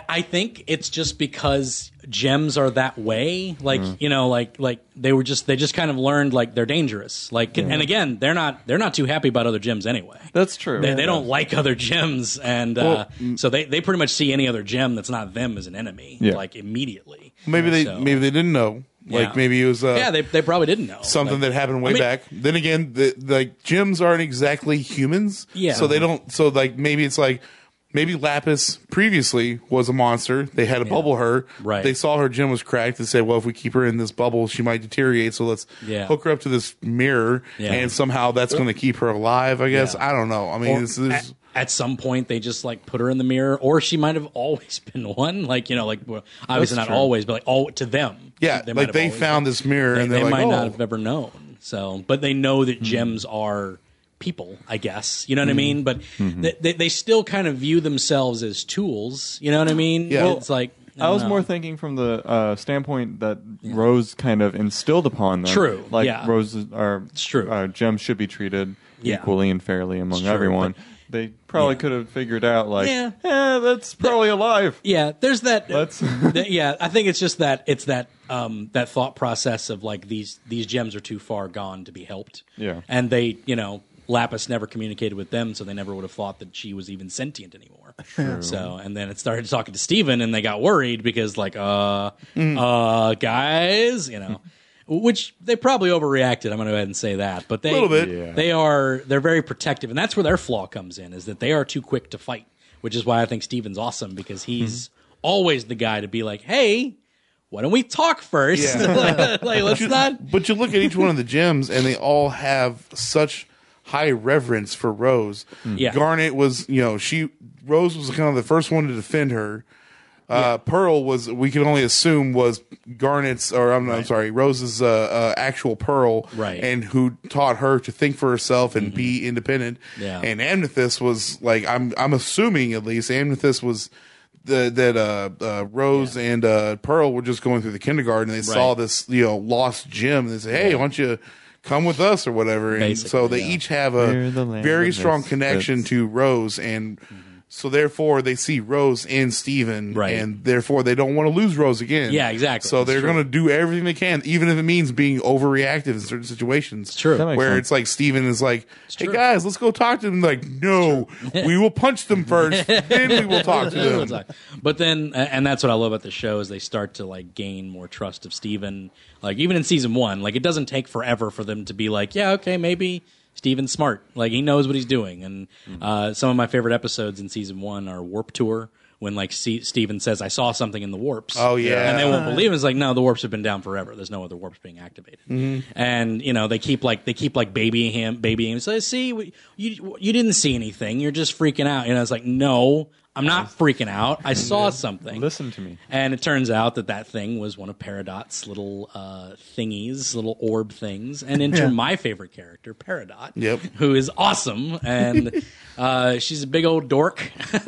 I think it's just because gems are that way. Like Mm. you know, like like they were just they just kind of learned like they're dangerous. Like and again, they're not they're not too happy about other gems anyway. That's true. They, they don't like other gems, and uh, so they, they pretty much see any other gem that's not them as an enemy, Yeah. like immediately. Maybe they So- maybe they didn't know. Like Yeah. maybe it was uh, yeah, they, they probably didn't know something Like, that happened way I mean- back. Then again, the, like gyms aren't exactly humans. Yeah. So they don't. So like maybe it's like maybe Lapis previously was a monster. They had to bubble her. Right. They saw her gym was cracked and said, "Well, if we keep her in this bubble, she might deteriorate. So let's Yeah. hook her up to this mirror, Yeah. and somehow that's going to keep her alive." I guess Yeah. I don't know. I mean, this is at, at some point they just like put her in the mirror, or she might have always [laughs] been one. Like you know, like well, obviously not true. always, but like all to them. yeah. might like have they always found been- this mirror They, and they're oh, they like, might "Oh, not have ever known. So, but they know that gems are people, I guess. You know what Hmm. I mean? But th- they, they still kind of view themselves as tools. You know what I mean? Yeah. it's like I, don't was know. more thinking from the uh, standpoint that Rose kind of instilled upon them. True, Like yeah. roses are true. Uh, gems should be treated Yeah. equally and fairly among It's true, everyone. but- They probably Yeah. could have figured out like, Yeah. yeah, that's probably alive. Yeah, there's [laughs] that. Let's- th- yeah, I think it's just that it's that um, that thought process of like these these gems are too far gone to be helped. Yeah. and they you know Lapis never communicated with them, so they never would have thought that she was even sentient [laughs] anymore. So and then it started talking to Steven and they got worried because like uh Mm. uh guys you know. Which they probably overreacted. I'm going to go ahead and say that, but they Little bit. Yeah. they are they're very protective, and that's where their flaw comes in is that they are too quick to fight, which is why I think Steven's awesome because he's always the guy to be like, "Hey, why don't we talk first? [laughs] like, let's not." But you look at each one of the gems, and they all have such high reverence for Rose. Yeah. Garnet was, you know, she Rose was kind of the first one to defend her. Uh, Pearl was, we can only assume, was Garnet's, or I'm, I'm sorry, Rose's uh, uh, actual Pearl, Right. Mm-hmm. And who taught her to think for herself and be independent. Yeah. And Amethyst was like, I'm, I'm assuming at least Amethyst was. The, that uh, uh, Rose and uh, Pearl were just going through the kindergarten, and they saw Right. this you know lost gem and they say hey why don't you come with us or whatever and Basically, so they yeah. each have We're a the land very of strong misfits. connection to rose and so therefore they see rose and steven Mm-hmm. Right. and therefore they don't want to lose rose again Yeah, exactly. so That's they're true. going to do everything they can even if it means being overreactive in certain situations true. That makes where sense. it's like steven is like hey true. guys let's go talk to them like no we will punch [laughs] them first then we will talk to them But then, a- and that's what I love about the show is they start to like gain more trust of Steven. Like even in season one, like it doesn't take forever for them to be like, yeah, okay, maybe Steven's smart. Like he knows what he's doing. And Hmm. uh, some of my favorite episodes in season one are Warp Tour. When like C- Steven says, "I saw something in the warps." Oh, yeah. and they won't believe it. It's like, no, the warps have been down forever. There's no other warps being activated. Mm-hmm. And you know they keep like they keep like babying him, babying him. So see, we, you you didn't see anything. You're just freaking out. You know, it's like, no, I'm not freaking out. I saw something. Listen to me. And it turns out that that thing was one of Peridot's little uh, thingies, little orb things, and enter my favorite character, Peridot, Yep. who is awesome, [laughs] and uh, she's a big old dork. [laughs] she's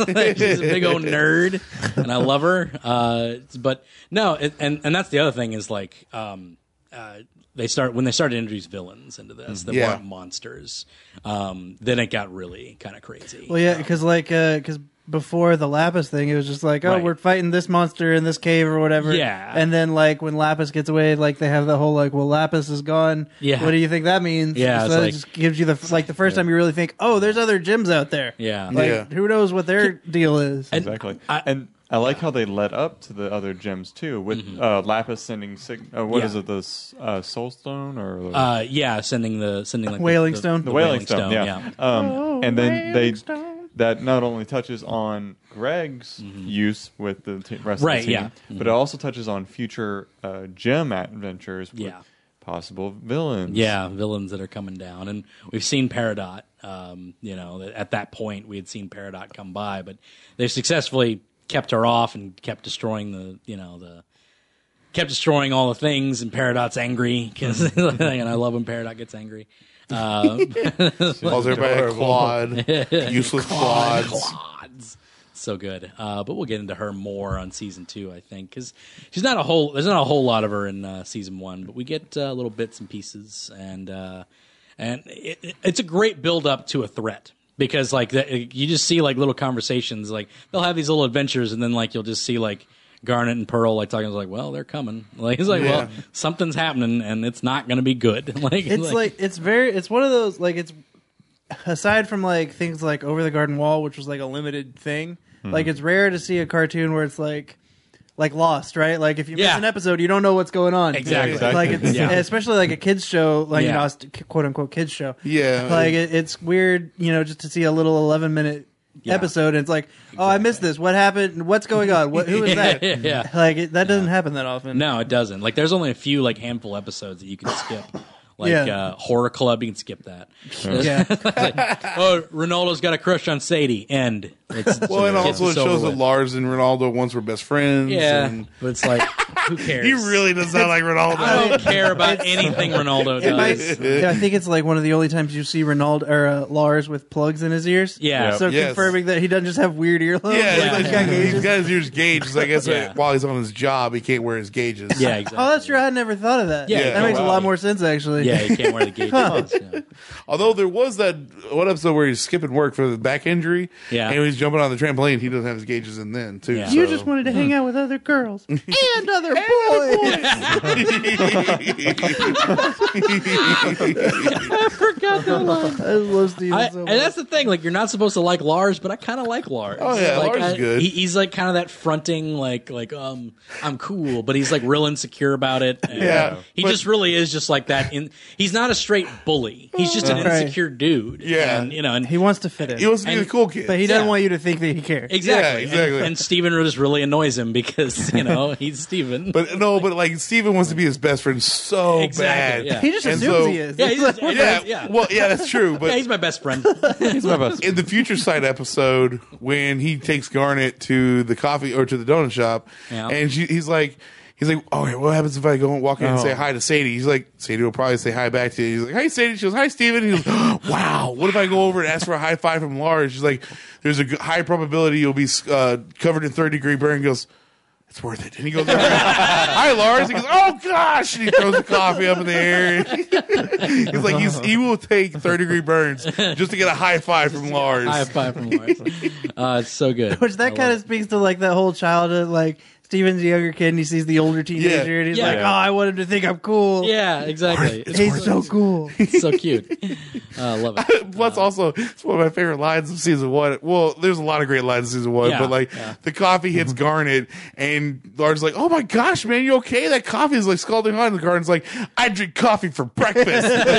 a big old nerd, and I love her. Uh, but no, it, and and that's the other thing is like. Um, uh, they start when they started to introduce villains into this that Yeah. weren't monsters. Um, then it got really kind of crazy. Well, yeah, because like, because before the Lapis thing, it was just like, oh, Right. we're fighting this monster in this cave or whatever. Yeah. And then like when Lapis gets away, like they have the whole like, well, Lapis is gone. Yeah. What do you think that means? Yeah, So it's that like- just gives you the like the first time you really think, oh, there's other gyms out there. Yeah. Like Yeah. who knows what their deal is? And- Exactly. I- and I like how they led up to the other gems too, with uh, Lapis sending sig- uh, Mm-hmm. what Yeah. is it, the s- uh, Soul Stone or the- Uh, yeah, sending the sending like the- Wailing the- Stone? the, the Wailing Stone, yeah. Um, and then they that not only touches on Greg's use with the t- rest Mm-hmm. Right, of the team, yeah. Mm-hmm. but it also touches on future uh, gem adventures with Yeah. possible villains. Yeah, villains that are coming down, and we've seen Peridot. Um, you know, th- at that point, we had seen Peridot come by, but they've successfully kept her off and kept destroying the, you know, the kept destroying all the things. And Peridot's angry because, [laughs] and I love when Peridot gets angry. Uh, calls everybody a clod [laughs] useless clods Clods. So good. Uh, but we'll get into her more on season two, I think, because she's not a whole. There's not a whole lot of her in uh, season one, but we get uh, little bits and pieces, and uh, and it, it- it's a great build up to a threat because like that, you just see like little conversations, like they'll have these little adventures, and then like you'll just see like. Garnet and Pearl like talking it's like, well, they're coming. [laughs] Like it's like, well, Yeah. something's happening and it's not gonna be good. [laughs] like it's like it's very it's one of those like it's aside from like things like over the garden wall which was like a limited thing Hmm. like it's rare to see a cartoon where it's like like lost right like if you Yeah. miss an episode you don't know what's going on Exactly. Exactly. like it's Yeah. especially like a kids show like Yeah. you know it's quote unquote kids show Yeah. like it, it's weird you know just to see a little 11 minute episode and it's like oh i missed this what happened what's going on what who [laughs] is that Yeah. like it, that doesn't happen that often No, it doesn't. Like there's only a few like handful episodes that you can skip. Like Yeah. uh, horror club, you can skip that. [laughs] yeah oh, Ronaldo's got a crush on Sadie. End. It's, [laughs] Well, and it's also it over shows with. that Lars and Ronaldo once were best friends. Yeah, and but it's like [laughs] Who cares? He really does not like I Ronaldo. don't care about anything [laughs] Ronaldo It [laughs] might- does. yeah, I think it's like one of the only times you see Ronaldo or uh, Lars with plugs in his ears. Yeah. Yeah. So Yes. confirming that he doesn't just have weird earlobes. Yeah, like, he's he's got like, gauges. he's got his ears gauged. Like, I said, Yeah. while he's on his job, he can't wear his gauges. Yeah, exactly. Oh, that's right. I never thought of that. Yeah, that makes wow. a lot more sense actually. [laughs] Yeah, you can't wear the gauge. pants, yeah. Although there was that one episode where he's skipping work for the back injury. Yeah. And he was jumping on the trampoline. He doesn't have his gauges in then, too. Yeah. You so- just wanted to hang out with other [laughs] girls and other [laughs] boys. I love Steven I, so and much. that's the thing. Like, you're not supposed to like Lars, but I kind of like Lars. Oh, yeah, like, Lars is I- good. He, he's like kind of that fronting, like like um, I'm cool, but he's like real insecure about it. And Yeah, he but- just really is just like that. In he's not a straight bully. He's just an Uh-huh. Right. insecure dude. Yeah. and, you know, and he wants to fit in, He wants to be And- the cool kid. but he doesn't Yeah. want you to think that he cares. exactly, Yeah, exactly. And, and Steven just really annoys him because you know he's Steven. but no, but like, Steven wants to be his best friend so Exactly, bad. yeah. he just And assumes so- he [laughs] is. yeah, he's just, Yeah, yeah. Well, yeah, that's true. But [laughs] yeah, he's my best [laughs] friend. He's [laughs] my best. in the future sight episode when he takes Garnet to the coffee or to the donut shop, Yeah. and she, he's like, he's like, all right, what happens if I go and walk in and Oh. say hi to Sadie? He's like, Sadie will probably say hi back to you. He's like, hi Sadie. She goes, hi Steven. He goes, [gasps] wow. What if I go over and ask for a high five from Lars? She's like, there's a g- high probability you'll be uh, covered in third degree burn. He goes. It's worth it. And he goes, over and- Hi, Lars. He goes, Oh, gosh. And he throws the coffee up in the air. [laughs] he's like, he's, He will take third degree burns just to get a high five from Lars. High five from Lars. Uh, it's so good. Which that kind of speaks to like that whole childhood, like Steven's a younger kid and he sees the older teenager and he's Yeah. like, "Oh, I want him to think I'm cool. yeah, exactly. [laughs] It's he's so cool." so cute. I love it. [laughs] Plus, also, it's one of my favorite lines of season one. Well, there's a lot of great lines in season one, Yeah, but like yeah. the coffee hits Garnet, and Lars is like, "Oh my gosh, man, you okay? That coffee is like scalding hot." And Garnet's like, "I drink coffee for breakfast."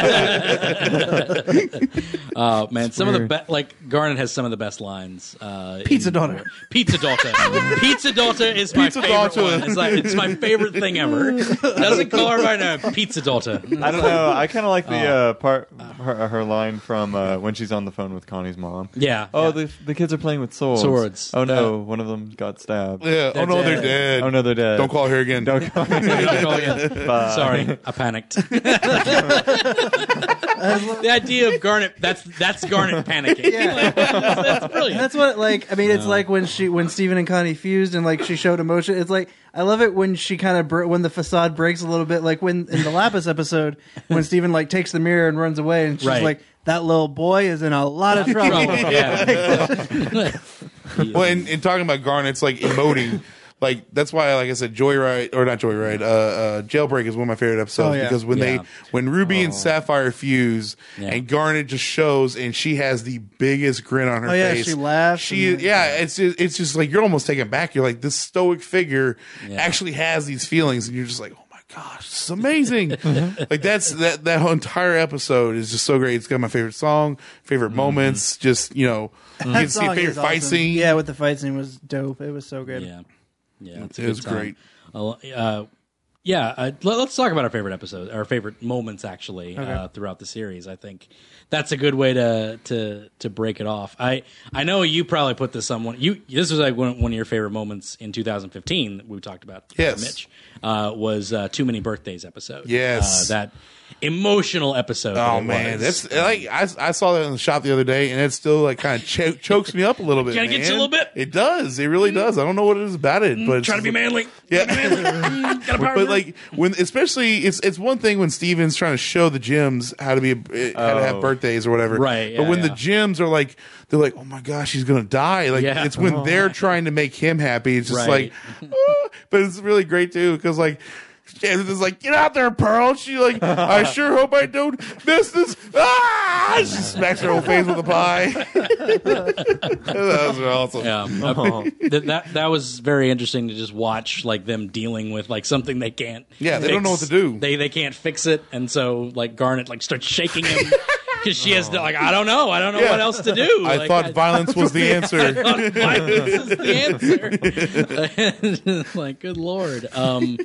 [laughs] Oh man, some of the best. Like Garnet has some of the best lines. Uh, Pizza in- daughter. Pizza daughter. Pizza daughter is my Pizza favorite daughter. one. It's, like, it's my favorite thing ever. Doesn't call her by name. Pizza daughter. I don't know. I kind of like the uh, part her, her line from uh, when she's on the phone with Connie's mom. Yeah. Oh, yeah. the the kids are playing with swords. Swords. Uh. Oh no, one of them got stabbed. yeah. Oh no, they're dead. dead. Oh no, they're dead. Don't call her again. Don't call. Oh, yeah. [laughs] Sorry, I panicked. the idea of Garnet. That's that's Garnet panicking. Yeah. that's brilliant. That's what like I mean. It's like when she when Steven and Connie fused and like she showed emotion. It's like I love it when she kind of br- when the facade breaks a little bit. Like when in the Lapis episode when Steven like takes the mirror and runs away and she's Right. like that little boy is in a lot of trouble. Yeah. Well, and, and talking about Garnet's like [laughs] emoting, like that's why, like I said, Joyride or not Joyride, uh, uh, Jailbreak is one of my favorite episodes Oh, yeah. Oh. because when Yeah. they when Ruby and Sapphire fuse Yeah. and Garnet just shows and she has the biggest grin on her Oh, yeah, face. she laughs She and- yeah, it's just, it's just like you're almost taken back. You're like this stoic figure Yeah. actually has these feelings, and you're just like. oh my Gosh, this [laughs] is amazing! Uh-huh. like that's that that whole entire episode is just so great. It's got my favorite song, favorite moments. Just you know, you Mm-hmm. That can see song favorite is fight awesome. scene. Yeah, with the fight scene was dope. It was so good. Yeah, yeah, it's a It good was time. great. Uh, yeah, uh, let, us talk about our favorite episodes, our favorite moments actually uh, throughout the series. I think that's a good way to to to break it off. I I know you probably put this on one. You this was like one, one of your favorite moments in 2015 that we talked about. uh, Yes. Mitch uh, was uh, too many birthdays episode. Yes. uh, that emotional episode. that Oh it man, was. that's like I, I saw that in the shop the other day, and it still like kind of cho- chokes me up a little bit. Gotta get you a man. little bit. Mm-hmm. It does. It really does. I don't know what it is about it, but it's trying to be just- manly. [laughs] Mm, Yeah, Gotta power but through. like when, especially it's it's one thing when Steven's trying to show the gyms how to be a, how to have Oh. birthdays or whatever, Right, but yeah, when the yeah. gyms are like they're like, oh my gosh, he's gonna die. Like Yeah. it's when [laughs] they're trying to make him happy. It's just Right. like, [laughs] "Ah," but it's really great too because like. James is like, get out there, Pearl. She [laughs] like, I sure hope I don't miss this. Ah! She smacks her whole face with a pie. [laughs] Those are awesome. Yeah, [laughs] Oh. that, Um, that that was very interesting to just watch, like them dealing with like something they can't. Yeah, they don't know what to do. They they can't fix it, and so like Garnet like starts shaking [laughs] him because she has no, like I don't know, I don't know Oh. Yeah. what else to do. I Like, [laughs] thought violence was the answer. [laughs] thought violence is the answer. [laughs] like good lord. Um,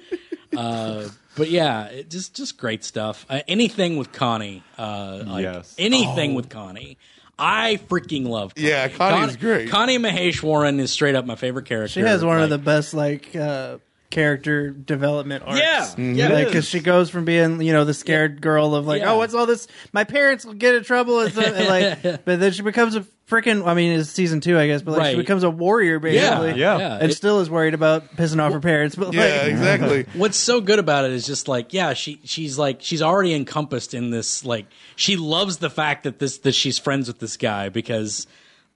uh, but yeah, it just just great stuff. Uh, anything with Connie. Uh, like, Yes. Anything with Connie. I freaking love. Connie. Oh. Yeah, Connie's great. Connie Mahesh Warren is straight up my favorite character. She has one of the Like, best like uh, character development arcs. Yeah. Yeah, it because is. she goes from being you know the scared girl of like Yeah. oh what's all this my parents will get in trouble and, stuff, and [laughs] like but then she becomes a freaking I mean it's season two I guess but like Right. she becomes a warrior yeah, basically Yeah. yeah. and It- still is worried about pissing off her parents but Yeah, like exactly. What's so good about it is just like, yeah, she she's like she's already encompassed in this like she loves the fact that this that she's friends with this guy because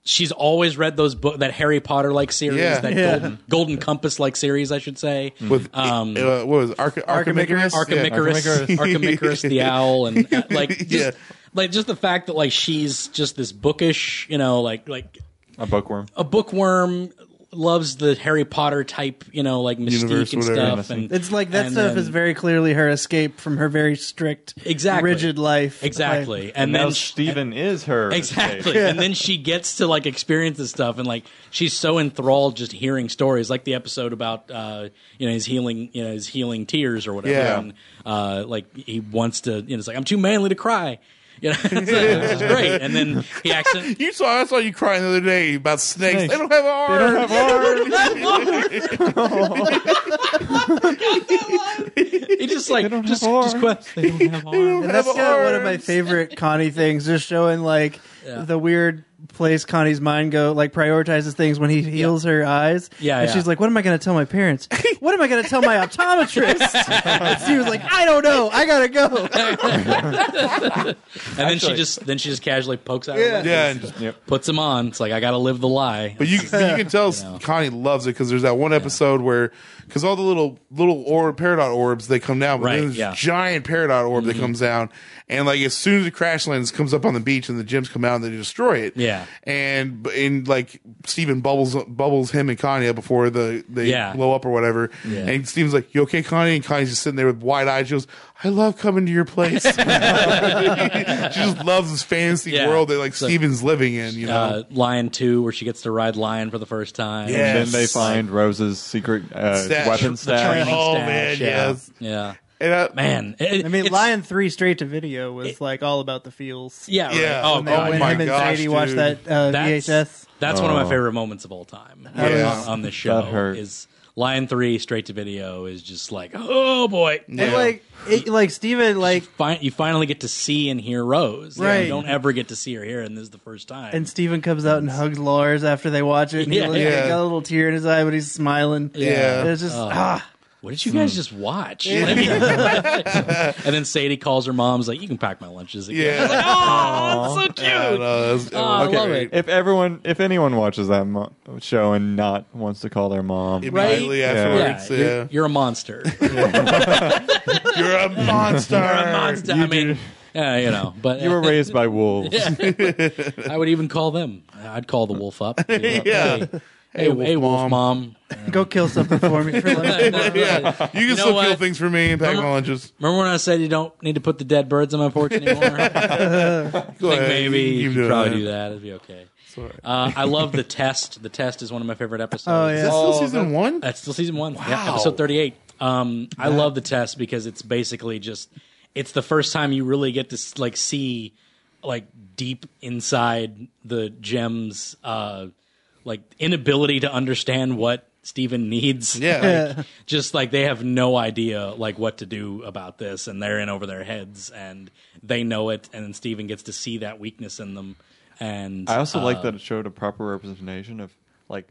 she's always read those book that Harry Potter like series, Yeah. that Yeah. golden golden compass like series, I should say. With Um, uh, what was it? Arch- Archimicorus? Archimicorus, [laughs] Archimicorus the owl, and [laughs] uh, like just, Yeah. like just the fact that like she's just this bookish, you know, like like A bookworm. a bookworm loves the Harry Potter type, you know, like mystique Universe, and whatever. stuff, and it's like that and stuff then- is very clearly her escape from her very strict Exactly. rigid life Like, exactly, and, And then now she- Steven is her. Exactly. escape. And then she gets to like experience this stuff and like she's so enthralled just hearing stories like the episode about uh you know his healing you know his healing tears or whatever Yeah. and uh like he wants to you know it's like I'm too manly to cry. You know, [laughs] it's, like, it's great. And then he accidentally You saw I saw you crying the other day about snakes. Snakes. They don't have arms. he just like just, just quit. And that's have kind of one of my arms. favorite Connie things, just showing like the weird place Connie's mind go like prioritizes things when he heals her eyes. Yeah, and yeah. she's like, "What am I going to tell my parents? what am I going to [laughs] tell my optometrist?" and she was like, "I don't know. I gotta go." And then she just then she just casually pokes out her Yeah. leg, Yeah, and just- Yep. puts him on. It's like I gotta live the lie. but you [laughs] you can tell Connie loves it because there's that one episode where because all the little little orb peridot orbs they come down, but Right, then there's yeah. Mm-hmm. this giant peridot orb that comes down, and like as soon as it crash lands, it comes up on the beach, and the gems come out and they destroy it. Yeah. and and like Steven bubbles bubbles him and Connie up before the they Yeah. blow up or whatever, Yeah. and Steven's like, "You okay, Connie?" And Connie's just sitting there with wide eyes. She goes, "I love coming to your [laughs] place." [laughs] she just loves this fantasy Yeah. world that like So- Steven's living in. You know, uh, Lion Two, where she gets to ride Lion for the first time. Yeah. And then they Yes. find Rose's secret uh, Stash. weapon stash. Oh, Stash, man, yeah. yes. yeah, And uh, I- man. I mean, Lion Three straight to video was like all about the feels. Yeah, right. Yeah. Oh, When they God, went when my him and gosh, Sadie watched dude. that uh, That's, VHS. that's one of my favorite moments of all time Yeah. on, on this show. That hurt. Is Lion Three straight to video is just like oh boy. And like, it, like Steven, like Fin- you finally get to see and hear Rose. You Right. don't ever get to see her here, and this is the first time. And Steven comes out and hugs Lars after they watch it. And Yeah. Oh. he like, Yeah. got a little tear in his eye, but he's smiling. Yeah. It's just, ah. what did you guys just watch? Like- [laughs] and then Sadie calls her mom's like, "You can pack my lunches." Again. Yeah. I was like, oh, that's so cute. I don't know. It was- it was I love it. great. If everyone, if anyone watches that mo- show and not wants to call their mom, Right? Immediately Yeah. afterwards, yeah. you're, you're a monster. You're, a monster. You're a monster. I mean, yeah, you know, but you were raised [laughs] by wolves. I would even call them. I'd call the wolf up. yeah. Hey, hey, wolf hey, wolf mom. mom. Go kill something for me [laughs] for [laughs] lunch. [laughs] yeah. You can know still kill what? things for me and pack my lunches. Remember when I said you don't need to put the dead birds on my porch [laughs] anymore? I Go think ahead. maybe You you should keep doing probably that. do that. It'd be okay. Uh, I love the test. The test is one of my favorite episodes. Oh, yeah. Is that Oh, still season that- one? That's still season one. Yeah, episode thirty-eight. Um, I love the test because it's basically just it's the first time you really get to s- like see like deep inside the gems, uh, like inability to understand what Steven needs. Yeah. Like, [laughs] just like they have no idea like what to do about this, and they're in over their heads, and they know it, and then Steven gets to see that weakness in them. And I also uh, like that it showed a proper representation of like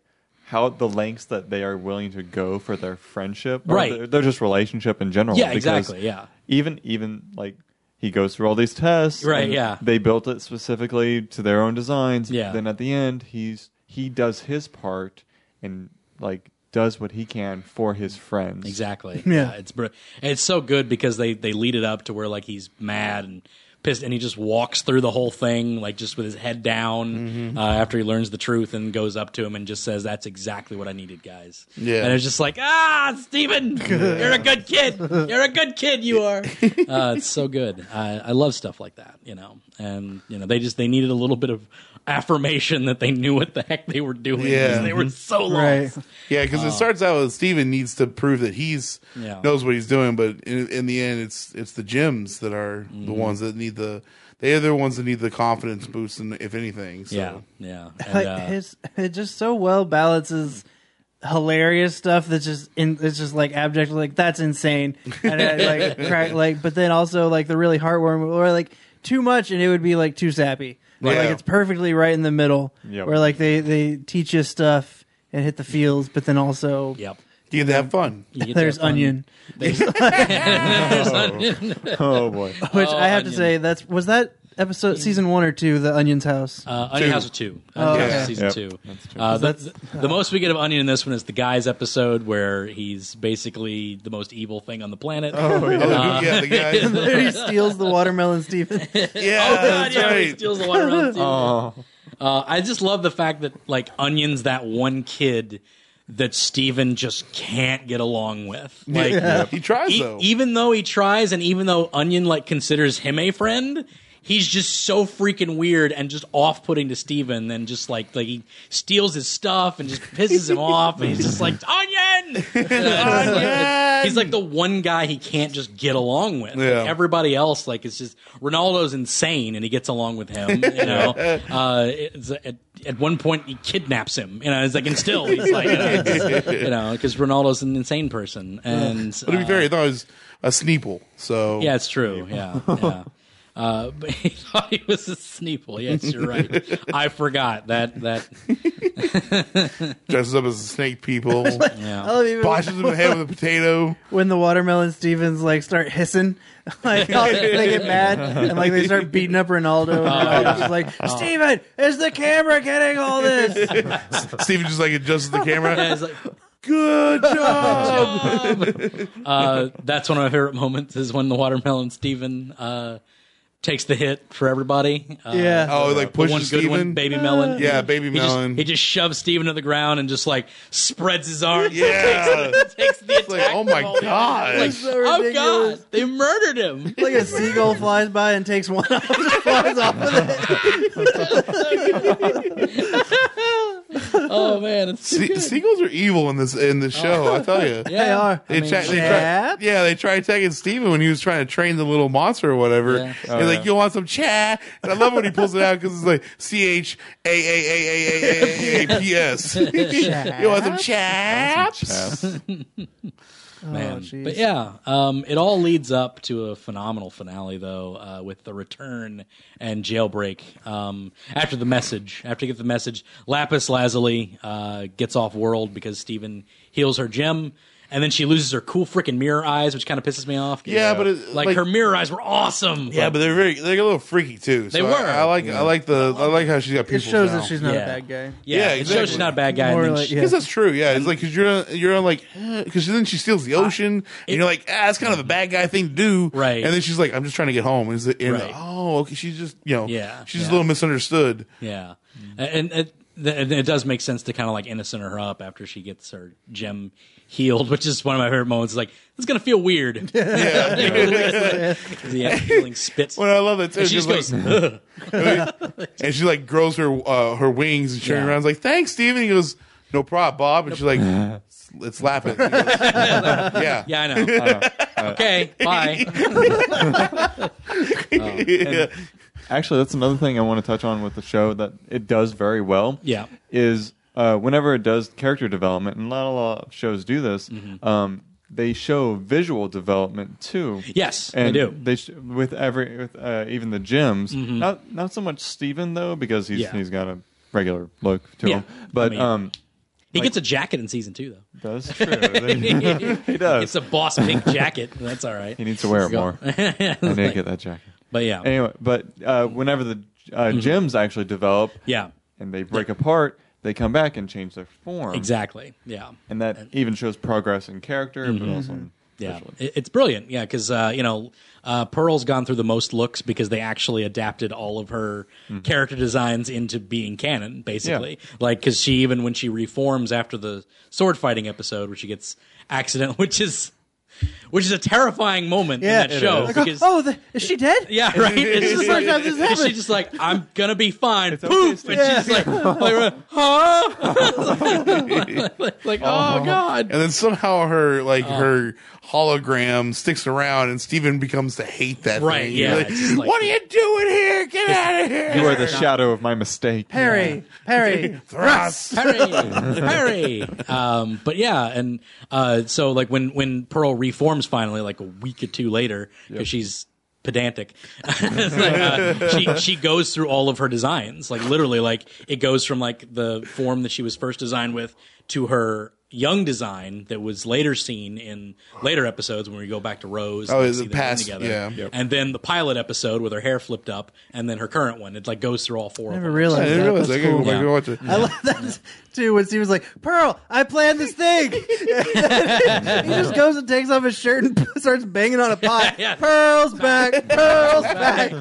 how the lengths that they are willing to go for their friendship, or Right. Their, their just relationship in general. Yeah, because exactly, yeah. Even even like he goes through all these tests, Right, and yeah. They built it specifically to their own designs. Yeah. Then at the end, he's he does his part and like does what he can for his friends. Exactly. Yeah. it's br- and it's so good because they they lead it up to where like he's mad and pissed, and he just walks through the whole thing like just with his head down uh, after he learns the truth and goes up to him and just says, "That's exactly what I needed, guys." Yeah. and it's just like, ah, Steven, you're a good kid. You're a good kid. You are. Uh, it's so good. I, I love stuff like that. You know, and you know they just they needed a little bit of affirmation that they knew what the heck they were doing. 'cause Yeah. they were so lost. Right. Yeah, because it starts out with Steven needs to prove that he's Oh. Yeah. knows what he's doing, but in, in the end, it's it's the gyms that are Mm-hmm. the ones that need the they are the ones that need the confidence boost, and if anything, so. Yeah, yeah. And, Like, uh, his, it just so well balances hilarious stuff that's just in it's just like abjectly like that's insane and I, like [laughs] crack, like but then also like the really heartwarming or like too much and it would be like too sappy like, Yeah. like it's perfectly right in the middle Yep. where like they they teach you stuff and hit the feels but then also Yep. You get to have fun. You [laughs] get to there's have fun. onion There's onion. Oh boy. which Oh, I have Onion. to say that's was that episode season one or two the Onion's house Uh, Onion Two. House of Two. Onion Oh, House okay. Season Yep. Two. That's true. Uh, the, [laughs] the, the most we get of Onion in this one is the guys episode where he's basically the most evil thing on the planet. [laughs] Oh, yeah, the Oh, guy. he steals the watermelon Stephen Yeah, God, that's yeah, he right. steals the watermelon. too. Oh, Uh, I just love the fact that like Onion's that one kid that Steven just can't get along with. Like He tries e- though. even though he tries and even though Onion like considers him a friend, he's just so freaking weird and just off-putting to Steven and just like like he steals his stuff and just pisses [laughs] him off and he's just like Onion. You know, it's like- He's like the one guy he can't just get along with. Like, Yeah. everybody else, like, it's just Ronaldo's insane, and he gets along with him. [laughs] You know, uh, it's, at, at one point he kidnaps him. You know, it's like, and still he's like, uh, it's- you know, because Ronaldo's an insane person, and But to be uh, fair, he thought it was a Sneeple. So yeah, it's true. Yeah, [laughs] yeah. Uh, but [laughs] he thought he was a Sneeple. Yes, you're right. I forgot that. That dresses up as a snake [laughs] people, yeah. I love even botches him in the head with a potato. when the watermelon Stevens like start hissing, [laughs] like they get mad and like they start beating up [laughs] Ronaldo. Oh, And Ronaldo's just like, Steven, is the camera getting all this? [laughs] Steven just like adjusts the Yeah, [laughs] camera. it's like, Good [laughs] job. uh, that's one of my favorite moments is when the watermelon Steven uh, takes the hit for everybody. Uh, Yeah. Oh, he, like the one pushes good Steven. one, baby melon. Yeah, baby He just, melon. he just shoves Steven to the ground and just like spreads his arms. [laughs] yeah. takes the attack. It's like, oh my gosh. Like, so oh ridiculous. god, they murdered him. Like a seagull flies by and takes one off, just [laughs] flies off with it. Oh man, [laughs] it's too Se- good. seagulls are evil in this in this show. I tell you. Oh. [laughs] Yeah. They are. They mean, tra- they try- Chap? yeah, they tried attacking Steven when he was trying to train the little monster or whatever. Yeah. They're like, you want some chat? And I love when he pulls it out because it's like C H A A A A A A A [laughs] P S. You want some chaps? yes. man. jeez. but yeah, um, it all leads up to a phenomenal finale, though, uh, with the return and jailbreak. Um, after the message, after you get the message, Lapis Lazuli uh, gets off world because Steven heals her gem. And then she loses her cool freaking mirror eyes, which kind of pisses me off. Yeah, but it- like, like- her mirror eyes were awesome. Yeah, but they're very they're a little freaky too. So They I- were. I, like I like the I like how she's got It pupils. shows now. that she's not Um, Yeah. a bad guy. yeah, yeah, it shows she's exactly. not a bad guy. And More then like- she- yeah. Because that's true, yeah. It's like because you're you're like because then she steals Uh, the ocean, and you're like, ah, it's kind of a bad guy thing to do, Right. And then she's like, I'm just trying to get home. And, it's- and Right. oh, okay, she's just you know, Yeah, she's yeah. a little misunderstood. Yeah, and, and, th- and it does make sense to kind of like innocent her up after she gets her gem healed, which is one of my favorite moments. It's like it's gonna feel [laughs] weird. [laughs] Yeah, yeah, feeling spits. Well, I love that too. And she 'cause, just goes, like, and she like grows her uh, her wings and turning Yeah. around. It's like, thanks, Steven. He goes, no problem, Bob. And she's like, "It's- it's [laughs] laughing. He goes, yeah, "Yeah, I [laughs] know." [laughs] okay, bye. yeah. Actually, that's another thing I want to touch on with the show that it does very well. Yeah. Is uh, whenever it does character development, and not a lot of shows do this. Mm-hmm. Um, they show visual development too. Yes, they and do. Mm-hmm. They sh- with every with uh, even the gyms. Not not so much Steven though because he's Yeah. he's got a regular look to Yeah. him. But I mean- um, He gets a jacket in season two, though. [laughs] that's true. [laughs] he does. It's a boss pink jacket. That's all right. he needs to wear it Go. [laughs] more. I need to get that jacket. But yeah, Anyway, but uh, whenever the uh, gyms actually develop, Mm-hmm. yeah, and they break apart, they come back and change their form. exactly. Yeah. And that even shows progress in character, but also in Mm-hmm. Yeah, visually. It- it's brilliant. Yeah, because uh, you know, uh, Pearl's gone through the most looks because they actually adapted all of her character designs into being canon, basically. Like, because she even when she reforms after the sword fighting episode, where she gets accident, [laughs] which is which is a terrifying moment Yeah, in that it show. is. Like, because, oh, the, is she dead? yeah, right. It's This just is the like, first time this has and happened. she's just like, I'm gonna be fine. okay, Poof, Steve. and she's like, like, [laughs] huh? like, like, oh god. And then somehow her like Uh. her hologram sticks around, and Steven becomes to hate that Right, thing. yeah, You're it's just Like, like- what are you doing here? Get out of here! You are the shadow of my mistake. Perry, [laughs] Perry, Thrust. Harry, [laughs] Harry. Um, but yeah, and uh, so like when when Pearl reforms finally, like a week or two later, because she's pedantic, [laughs] it's like, uh, she she goes through all of her designs, like literally, like it goes from like the form that she was first designed with to her young design that was later seen in later episodes when we go back to Rose. Oh, and is see it them past- together. yeah. Yep. And then the pilot episode with her hair flipped up, and then her current one. It like goes through all four. I of never them. I realized. didn't that. realize. I That's gotta go cool. back and watch it. I love [laughs] that too when Steven's like, Pearl, I planned [laughs] this thing. And then he just goes and takes off his shirt and [laughs] starts banging on a pot. [laughs] Yeah. Pearl's back, [laughs] Pearl's back.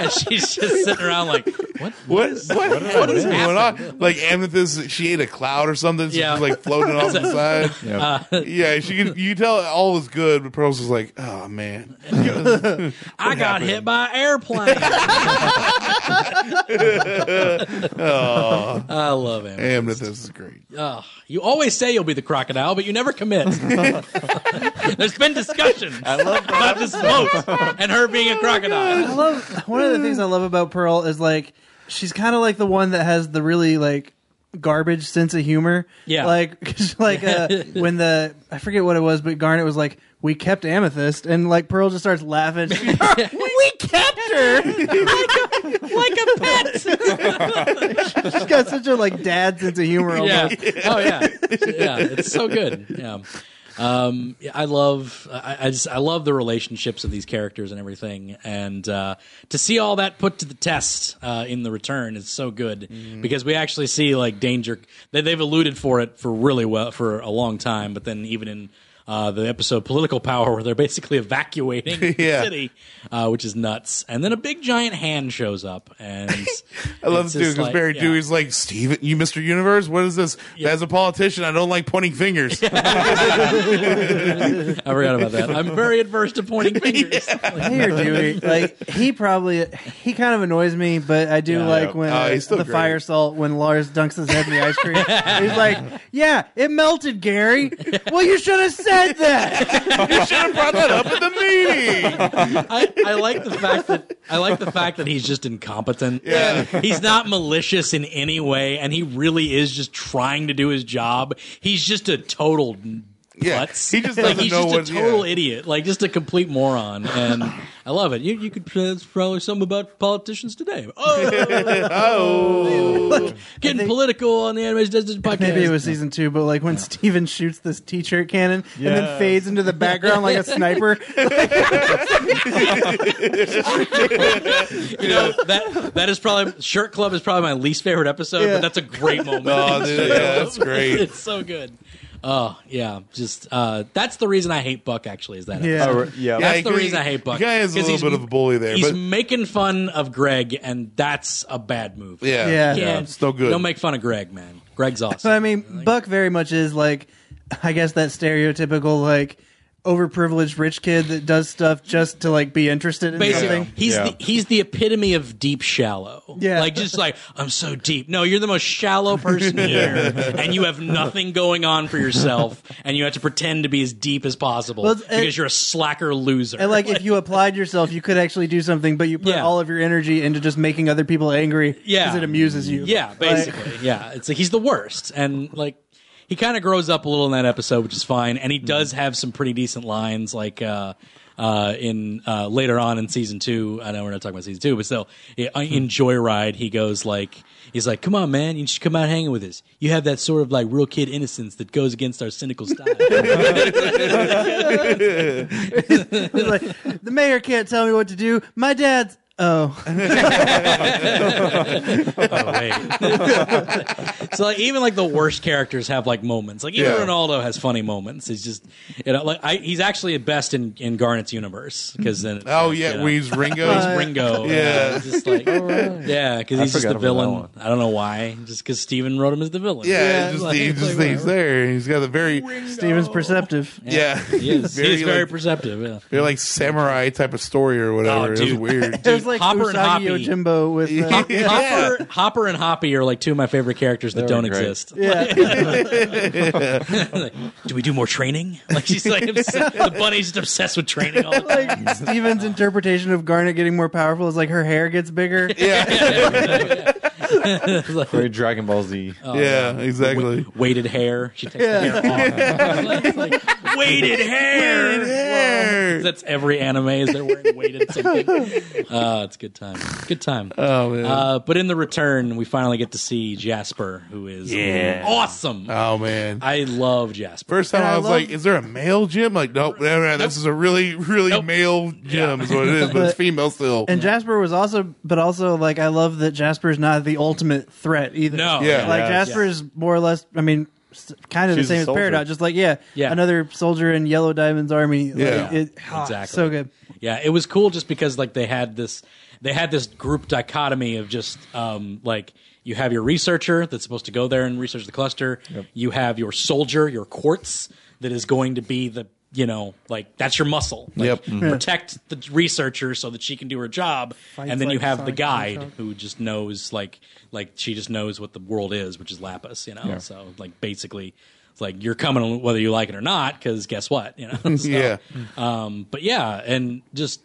and she's just sitting around like, what? What, what, what is going on? Like Amethyst, she ate a cloud or something. So Yeah. Uh, She's like floating [laughs] off the side. Yeah. Yeah, she could, you could tell all was good, but Pearl's was like, oh man, I got hit by an airplane. [laughs] I love him. Amethyst is great. Ugh, you always say you'll be the crocodile, but you never [laughs] commit. There's been discussion about this boat and her being a crocodile. I love one of the things I love about Pearl is like she's kind of like the one that has the really like garbage sense of humor. Yeah. like [laughs] 'cause, like [laughs] uh, when the I forget what it was, but Garnet was like, "We kept Amethyst," and like Pearl just starts laughing. [laughs] She's like, we kept [laughs] her like a pet. She's got such a like dad sense of humor. Almost. yeah. [laughs] Oh yeah. Yeah. It's so good. Yeah. Um, yeah, I love, I, I just, I love the relationships of these characters and everything, and uh, to see all that put to the test uh, in the return is so good Mm-hmm. because we actually see like danger. They, they've alluded for it for really well for a long time, but then even in uh, the episode "Political Power," where they're basically [laughs] evacuating Yeah. the city, uh, which is nuts, and then a big giant hand shows up, and [laughs] I love it's just this dude because like- Barry yeah. Dewey's like, Steven, you Mr. Universe? What is this? As a politician, I don't like pointing [laughs] fingers. I forgot about that. I'm very adverse to [laughs] pointing fingers. Here, Dewey. Like he probably he kind of annoys me, but I do Yeah. like Yeah. when Oh, uh, he's still the great. fire salt when Lars dunks his head in the ice [laughs] cream. he's like, "Yeah, it melted, Gary." well, you should have said that. you should have brought that up at the [laughs] meeting. I, I like the fact that I like the fact that he's just incompetent. Yeah. [laughs] He's not malicious in any way, and he really is just trying to do his job. He's just a total Yeah, putz. he just like doesn't he's know just what- a yeah. total idiot, like just a complete moron. And I love it. You you could uh, that's probably something about politicians today. [laughs] Oh, Oh. getting political on the Anime Desert podcast. Maybe it was season two, but like when Steven shoots this t-shirt cannon and Yeah. then fades into the background like a [laughs] sniper. you know that that is probably Shirt Club is probably my least favorite episode, Yeah. but that's a great moment. [laughs] Oh, [laughs] dude, yeah, that's great. it's so good. Oh yeah, just uh, that's the reason I hate Buck. Actually, is that yeah. Oh, right, yeah. Yeah, that's he- the reason I hate Buck. The guy is a 'Cause little he's- bit of a bully there, He's but making fun of Greg, and that's a bad move. yeah, Yeah. Yeah, it's no good. Don't make fun of Greg, man. [laughs] Greg's awesome. But I mean, Buck very much is like, I guess that stereotypical like overprivileged rich kid that does stuff just to like be interested in Basically, something. he's Yeah. the, he's the epitome of deep shallow. Yeah. like just like I'm so deep. No, you're the most shallow person here, and you have nothing going on for yourself, and you have to pretend to be as deep as possible Well, it's- because and- you're a slacker loser. And like, if you applied yourself, you could actually do something, but you put Yeah. all of your energy into just making other people angry because Yeah. it amuses you. Yeah, basically. yeah, it's like he's the worst, and like he kind of grows up a little in that episode, which is fine. And he does have some pretty decent lines, like uh, uh, in uh, later on in season two. I know we're not talking about season two, but still, i- in Joyride, he goes like. He's like, come on, man! You should come out hanging with us. You have that sort of like real kid innocence that goes against our cynical style. Like, the mayor can't tell me what to do. My dad's Oh, Oh, wait. [laughs] so like even like the worst characters have like moments. Like even Yeah. Ronaldo has funny moments. He's just you know like I, he's actually best in in Garnet's universe because then Oh yeah, you know, when he's Ringo. he's Ringo. Yeah. it's just [laughs] like yeah, because he's just forgot the about that villain. one. I don't know why. Just because Steven wrote him as the villain. yeah, it's just, like- he it's just like, thinks there. He's got the very Steven's perceptive. yeah, He is. very, he's very like, perceptive. Yeah. [laughs] very like samurai type of story or whatever. it was Oh, [laughs] dude. weird. It was like Hopper and Usagi Hoppy. Yojimbo with [laughs] uh, Yeah. Hopper, Hopper and Hoppy are like two of my favorite characters that They were don't great. exist. yeah. Like, [laughs] do we do more training? Like she's like obsessed, the bunny's just obsessed with training. All the time. like Steven's interpretation of Garnet getting more powerful is like her hair gets [laughs] bigger. yeah, Very Dragon Ball Z. Uh, Oh, yeah, exactly. weighted hair. She takes the hair off. It's like, weighted hair. Hair. That's every anime is they're wearing weighted something. Uh, it's a good time. Good time. Oh, man. Uh, but in the return, we finally get to see Jasper, who is awesome. oh man. I love Jasper. First time Yeah, I I was love- like, "Is there a male gym?" Like, nope, no, no, this is a really, really Nope. male gym is what it is, but it's But- female still. And Jasper was also, but also like I love that Jasper's not the ultimate threat either. No. Yeah. like Yes. Jasper is more or less. I mean, s- kind of She's the a same as soldier. Paradox, just like yeah, Yeah. another soldier in Yellow Diamond's army. Like, Yeah. it, ah, Exactly. So good. Yeah, it was cool just because like they had this they had this group dichotomy of just um like you have your researcher that's supposed to go there and research the cluster. You have your soldier, your quartz that is going to be the you know like that's your muscle. Like, Yep. Mm-hmm. Protect the researcher so that she can do her job, and then like you have the Sonic the guide Hedgehog. who just knows like like she just knows what the world is, which is Lapis. You know, so like basically. It's like you're coming whether you like it or not, because guess what? You know, [laughs] So- Yeah. um, but yeah, and just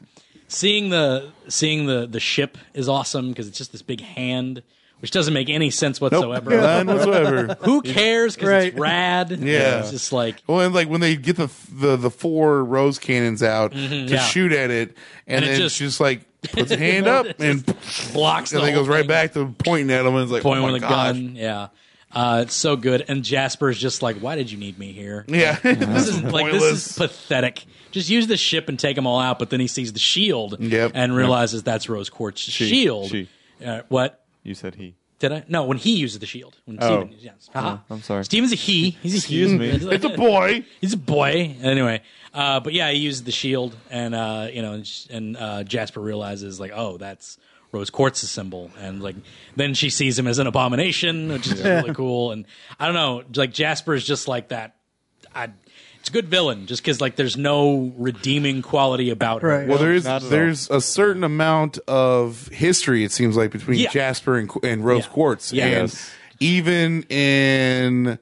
seeing the seeing the the ship is awesome because it's just this big hand, which doesn't make any sense Nope, whatsoever. [laughs] none whatsoever. Who cares? Because it's Right. [laughs] rad. Yeah. it's just like Well, and like when they get the the, the four rose cannons out to Mm-hmm, yeah. shoot at it, and, And it then just- just, just like puts [laughs] a hand up and blocks. and the then goes whole right thing. back to pointing at him and is like, point oh my with a gosh. gun. Yeah, uh, it's so good. And Jasper's just like, why did you need me here? [laughs] Yeah, [laughs] This is like this is [laughs] pointless. pathetic. Just use the ship and take them all out. But then he sees the shield Yep. and realizes that's Rose Quartz's shield. she. Uh, what? You said he. Did I? No, when he uses the shield. When Oh. Steven, yes. Haha. I'm sorry. Steven's a he. He's a Excuse he. me. It's a boy. He's a boy. Anyway, uh, but yeah, he uses the shield, and uh, you know, and, sh- and uh, Jasper realizes like, oh, that's Rose Quartz's symbol, and like then she sees him as an abomination, which is really cool. And I don't know, like Jasper is just like that. I, it's a good villain, just because like there's no redeeming quality about her. Right. Well, there is Not at all. there's a certain amount of history it seems like between Yeah. Jasper and, and Rose Yeah. Quartz, Yeah. and Yes. even in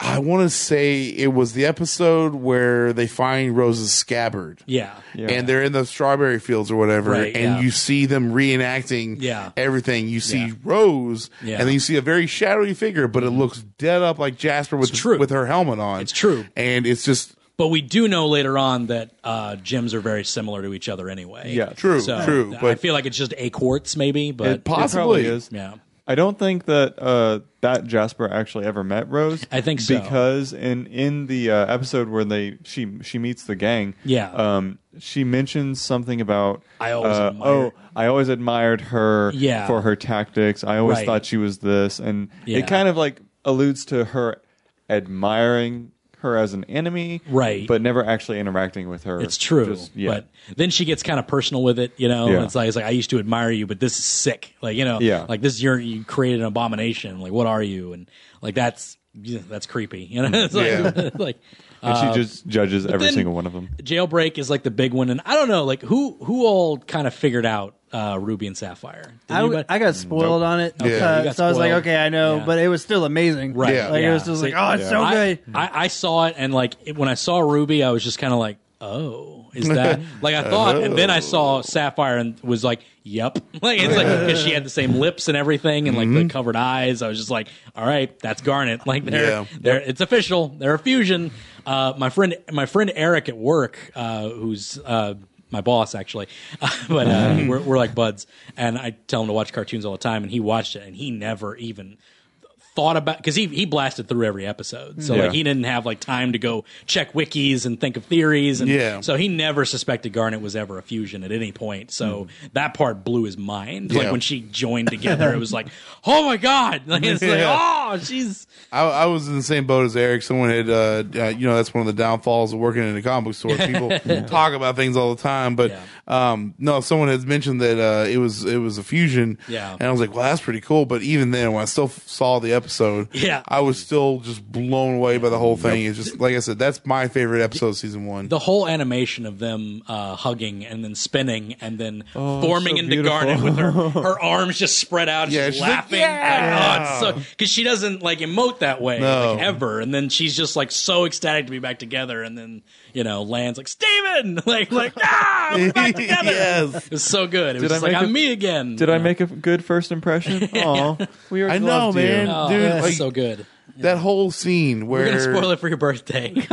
I want to say it was the episode where they find Rose's scabbard. Yeah. Yeah. And they're in the strawberry fields or whatever, Right, and yeah. you see them reenacting Yeah. everything. You see Yeah. Rose, Yeah. Mm-hmm. and then you see a very shadowy figure, but it looks dead up like Jasper with It's true. with her helmet on. It's true. and it's just But we do know later on that uh, gems are very similar to each other anyway. Yeah. true, So true. I But feel like it's just a quartz, maybe, but It Possibly. probably is. yeah, I don't think that uh, that Jasper actually ever met Rose. I think so. because in in the uh, episode where they she she meets the gang. Yeah. Um, she mentions something about I always uh, admired- oh I always admired her Yeah. for her tactics. I always Right. thought she was this, and Yeah. it kind of like alludes to her admiring her as an enemy, Right. But never actually interacting with her. it's true. Just- yeah. But then she gets kind of personal with it, you know. Yeah. It's like it's like I used to admire you, but this is sick. Like you know, Yeah. like this you're you created an abomination. Like what are you? And like that's yeah, that's creepy. You know, [laughs] it's like, Yeah. like and she just judges every uh, then- single one of them. jailbreak is like the big one, and I don't know, like who who all kind of figured out uh, Ruby and Sapphire. Did I, anybody- I got spoiled on it, Okay, you uh, got so I was like, spoiled. okay, I know, Yeah. but it was still amazing. Right. Yeah. Like it was Yeah. just See, like, oh, it's so I, good. I, I saw it and like it, when I saw Ruby, I was just kind of like, oh, is [laughs] that like I thought? And then I Oh. saw Sapphire and was like, yep, [laughs] like it's like because she had the same lips and everything and like Mm-hmm. the covered eyes. I was just like, all right, that's Garnet. [laughs] Like they're Yeah. they're it's official. They're a fusion. Uh, my friend my friend Eric at work, uh, who's uh, my boss actually, [laughs] but uh, Mm-hmm. we're, we're like buds, and I tell him to watch cartoons all the time, and he watched it, and he never even thought about because he he blasted through every episode, so Yeah. like he didn't have like time to go check wikis and think of theories, and Yeah. so he never suspected Garnet was ever a fusion at any point. So that part blew his mind. Hmm. Yeah. Like when she joined together, it was [laughs] like, oh my god, [laughs] like it's Yeah. like oh she's I, I was in the same boat as Eric. Someone had, uh, uh, you know, that's one of the downfalls of working in a comic book [laughs] store. People talk about things all the time, but um, no, someone has mentioned that uh, it was it was a fusion. Yeah. and I was like, well, that's pretty cool. But even then, when I still f- saw the episode, Yeah. I was still just blown away by the whole thing. It's just like I said, that's my favorite episode, of season one. [laughs] the whole animation of them uh, hugging and then spinning and then forming Oh, so into beautiful. Garnet with her [laughs] her arms just spread out, Yeah, just she's like, laughing. "Yeah!" Like, oh, it's so because she doesn't like emote that way No. like, ever, and then she's just like so ecstatic to be back together, and then you know lands like Steven! [laughs] like [laughs] like ah, we're back together. yes, It was so good. It was Did I just like make a- I'm me again. Did I make a good [laughs] first impression? Oh, we are. I know, man, Oh, dude. that's like, so good. that whole scene where We're gonna spoil it for your [laughs] birthday. [laughs] it's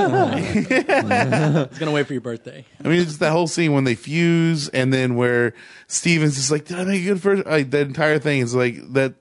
gonna wait for your birthday. I mean, it's just that whole scene when they fuse, and then where Steven's just like, "Did I make a good first? Like that entire thing is like that.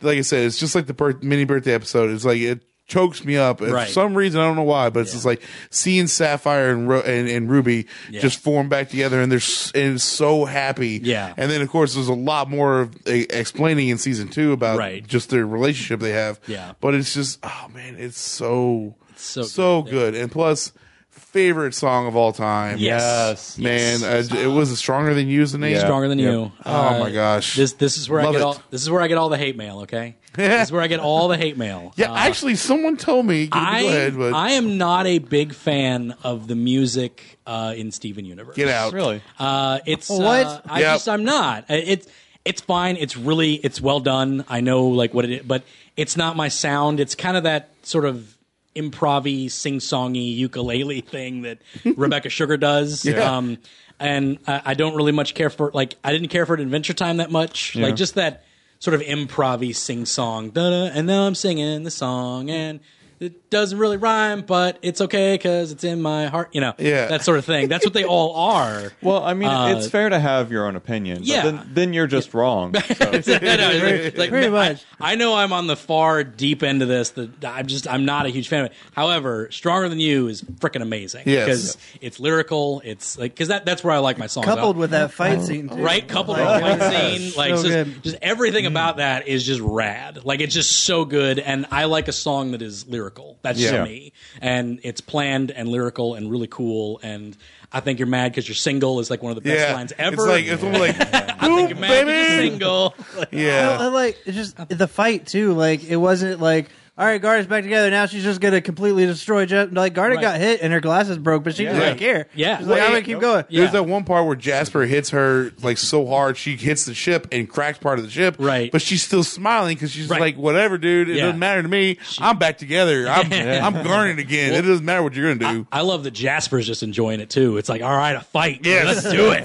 Like I said, it's just like the birth, mini birthday episode. It's like it chokes me up And Right. for some reason. I don't know why, but it's just like seeing Sapphire and Ro- and, and Ruby just form back together, and they're s- and so happy. Yeah. And then of course there's a lot more of, uh, explaining in season two about Right. just their relationship they have. Yeah. But it's just oh man, it's so so so good, and plus favorite song of all time. Yes. Yes. Man, uh, it was stronger than you is the name. Yeah. stronger than Yep. you. Uh, Oh my gosh. This this is where Love I get it. all this is where I get all the hate mail. [laughs] Okay, this is where I get all the hate mail. yeah, Uh, actually, someone told me. Go I ahead, but I am not a big fan of the music uh, in Steven Universe. get out. Really? Uh, it's What? uh, I Yep. just I'm not. I- It's it's fine. It's really it's well done. I know like what it is, but it's not my sound. It's kind of that sort of improv-y, sing-songy ukulele thing that Rebecca Sugar does. Um, and I, I don't really much care for like I didn't care for Adventure Time that much. Like just that sort of improv-y sing-song. Da-da, and now I'm singing the song and. It doesn't really rhyme, but it's okay because it's in my heart. You know, Yeah. that sort of thing. That's what they all are. Well, I mean, Uh, it's fair to have your own opinion. but yeah. then, then you're just wrong. So. No, no, it's like- pretty I- much. I, know I'm on the far deep end of this. That I'm just I'm not a huge fan of it. However, stronger than you is freaking amazing. Yes. because it's lyrical. It's like because that that's where I like my songs. Coupled out. with that fight scene, too. Right, coupled with Like, the fight yeah. scene, like So just, good. just everything Mm. about that is just rad. Like it's just so good, and I like a song that is lyrical. That's Yeah. just me, and it's planned and lyrical and really cool. And I think you're mad because you're single is like one of the best Yeah, lines ever. It's like it's almost like [laughs] I think you're mad 'cause you're baby. [laughs] single. I, I yeah. like it's just the fight too. Like it wasn't like all right, Garnet's back together now. She's just gonna completely destroy Jet. Like Garnet Right. got hit and her glasses broke, but she Yeah. didn't care. Yeah. she's like I'm gonna keep going. Yeah. There's that one part where Jasper hits her like so hard she hits the ship and cracks part of the ship. Right. But she's still smiling because she's Right. like, "Whatever, dude. It Yeah. doesn't matter to me. I'm back together. [laughs] I'm I'm garnet again. it doesn't matter what you're gonna do." I love that Jasper's just enjoying it too. It's like, all right, a fight. Yes. let's do it.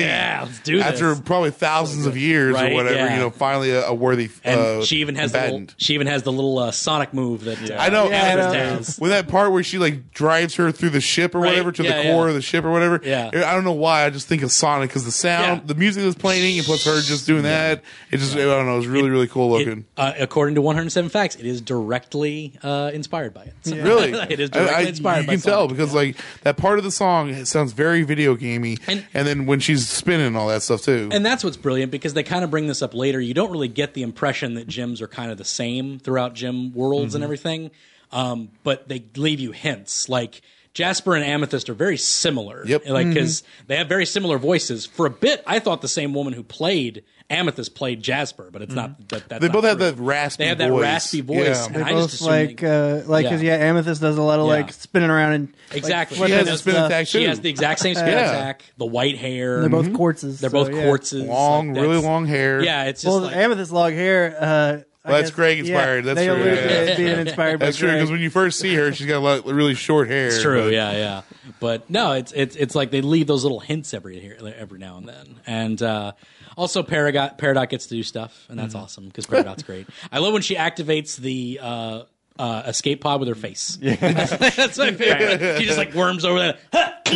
It's like, yeah, let's do this. After probably thousands of years Right, or whatever, yeah. you know, finally a, a worthy. and uh, she even has the little, combatant. she even has the little uh, Sonic move that uh, I know. Abbott I know. has. With that part where she like drives her through the ship or Right, whatever to yeah, the core yeah. of the ship or whatever. Yeah. I don't know why. I just think of Sonic because the sound, Yeah. the music that's playing, and plus her just doing that. It just, I don't know. It was really, really cool It- looking. uh, according to 107 Facts, it is directly uh, inspired by it. So- Really, [laughs] it is I- I- directly inspired You by can Sonic. tell because, like, that part of the song it sounds very video gamey, And- and, then when she's spinning and all that stuff too. And that's what's brilliant because they kind of bring this up later. You don't really get the impression that gyms are kind of the same throughout gym worlds Mm-hmm. and everything, um, but they leave you hints like. Jasper and Amethyst are very similar. Yep. Mm-hmm. Like, because they have very similar voices. For a bit, I thought the same woman who played Amethyst played Jasper, but it's not. That, that's Mm-hmm. they not both have true. that raspy. They have that voice. raspy voice. Yeah. And I Both just assumed like they- uh, like because Yeah. yeah. Amethyst does a lot of Yeah. like spinning around and like, Exactly. what She She has is a has spin the- attack too. she has the exact same skin Yeah. attack, the white hair. They're both quartzes. Mm-hmm. They're so, both yeah. corpses. long, Like, really that's- long hair. Yeah, it's just Well, like, Amethyst long hair. Uh, I that's guess- Greg yeah, inspired. That's they true. allude Yeah. to it being inspired. That's by true Greg. because when you first see her, she's got a lot, really short hair. It's true, but- yeah, yeah. But no, it's it's it's like they leave those little hints every here every now and then, and uh, also Mm-hmm. Paragot Peridot gets to do stuff, and that's awesome because Peridot's great. I love when she activates the uh, uh, escape pod with her [laughs] face. [laughs] That's my favorite. She just like worms over that. [laughs]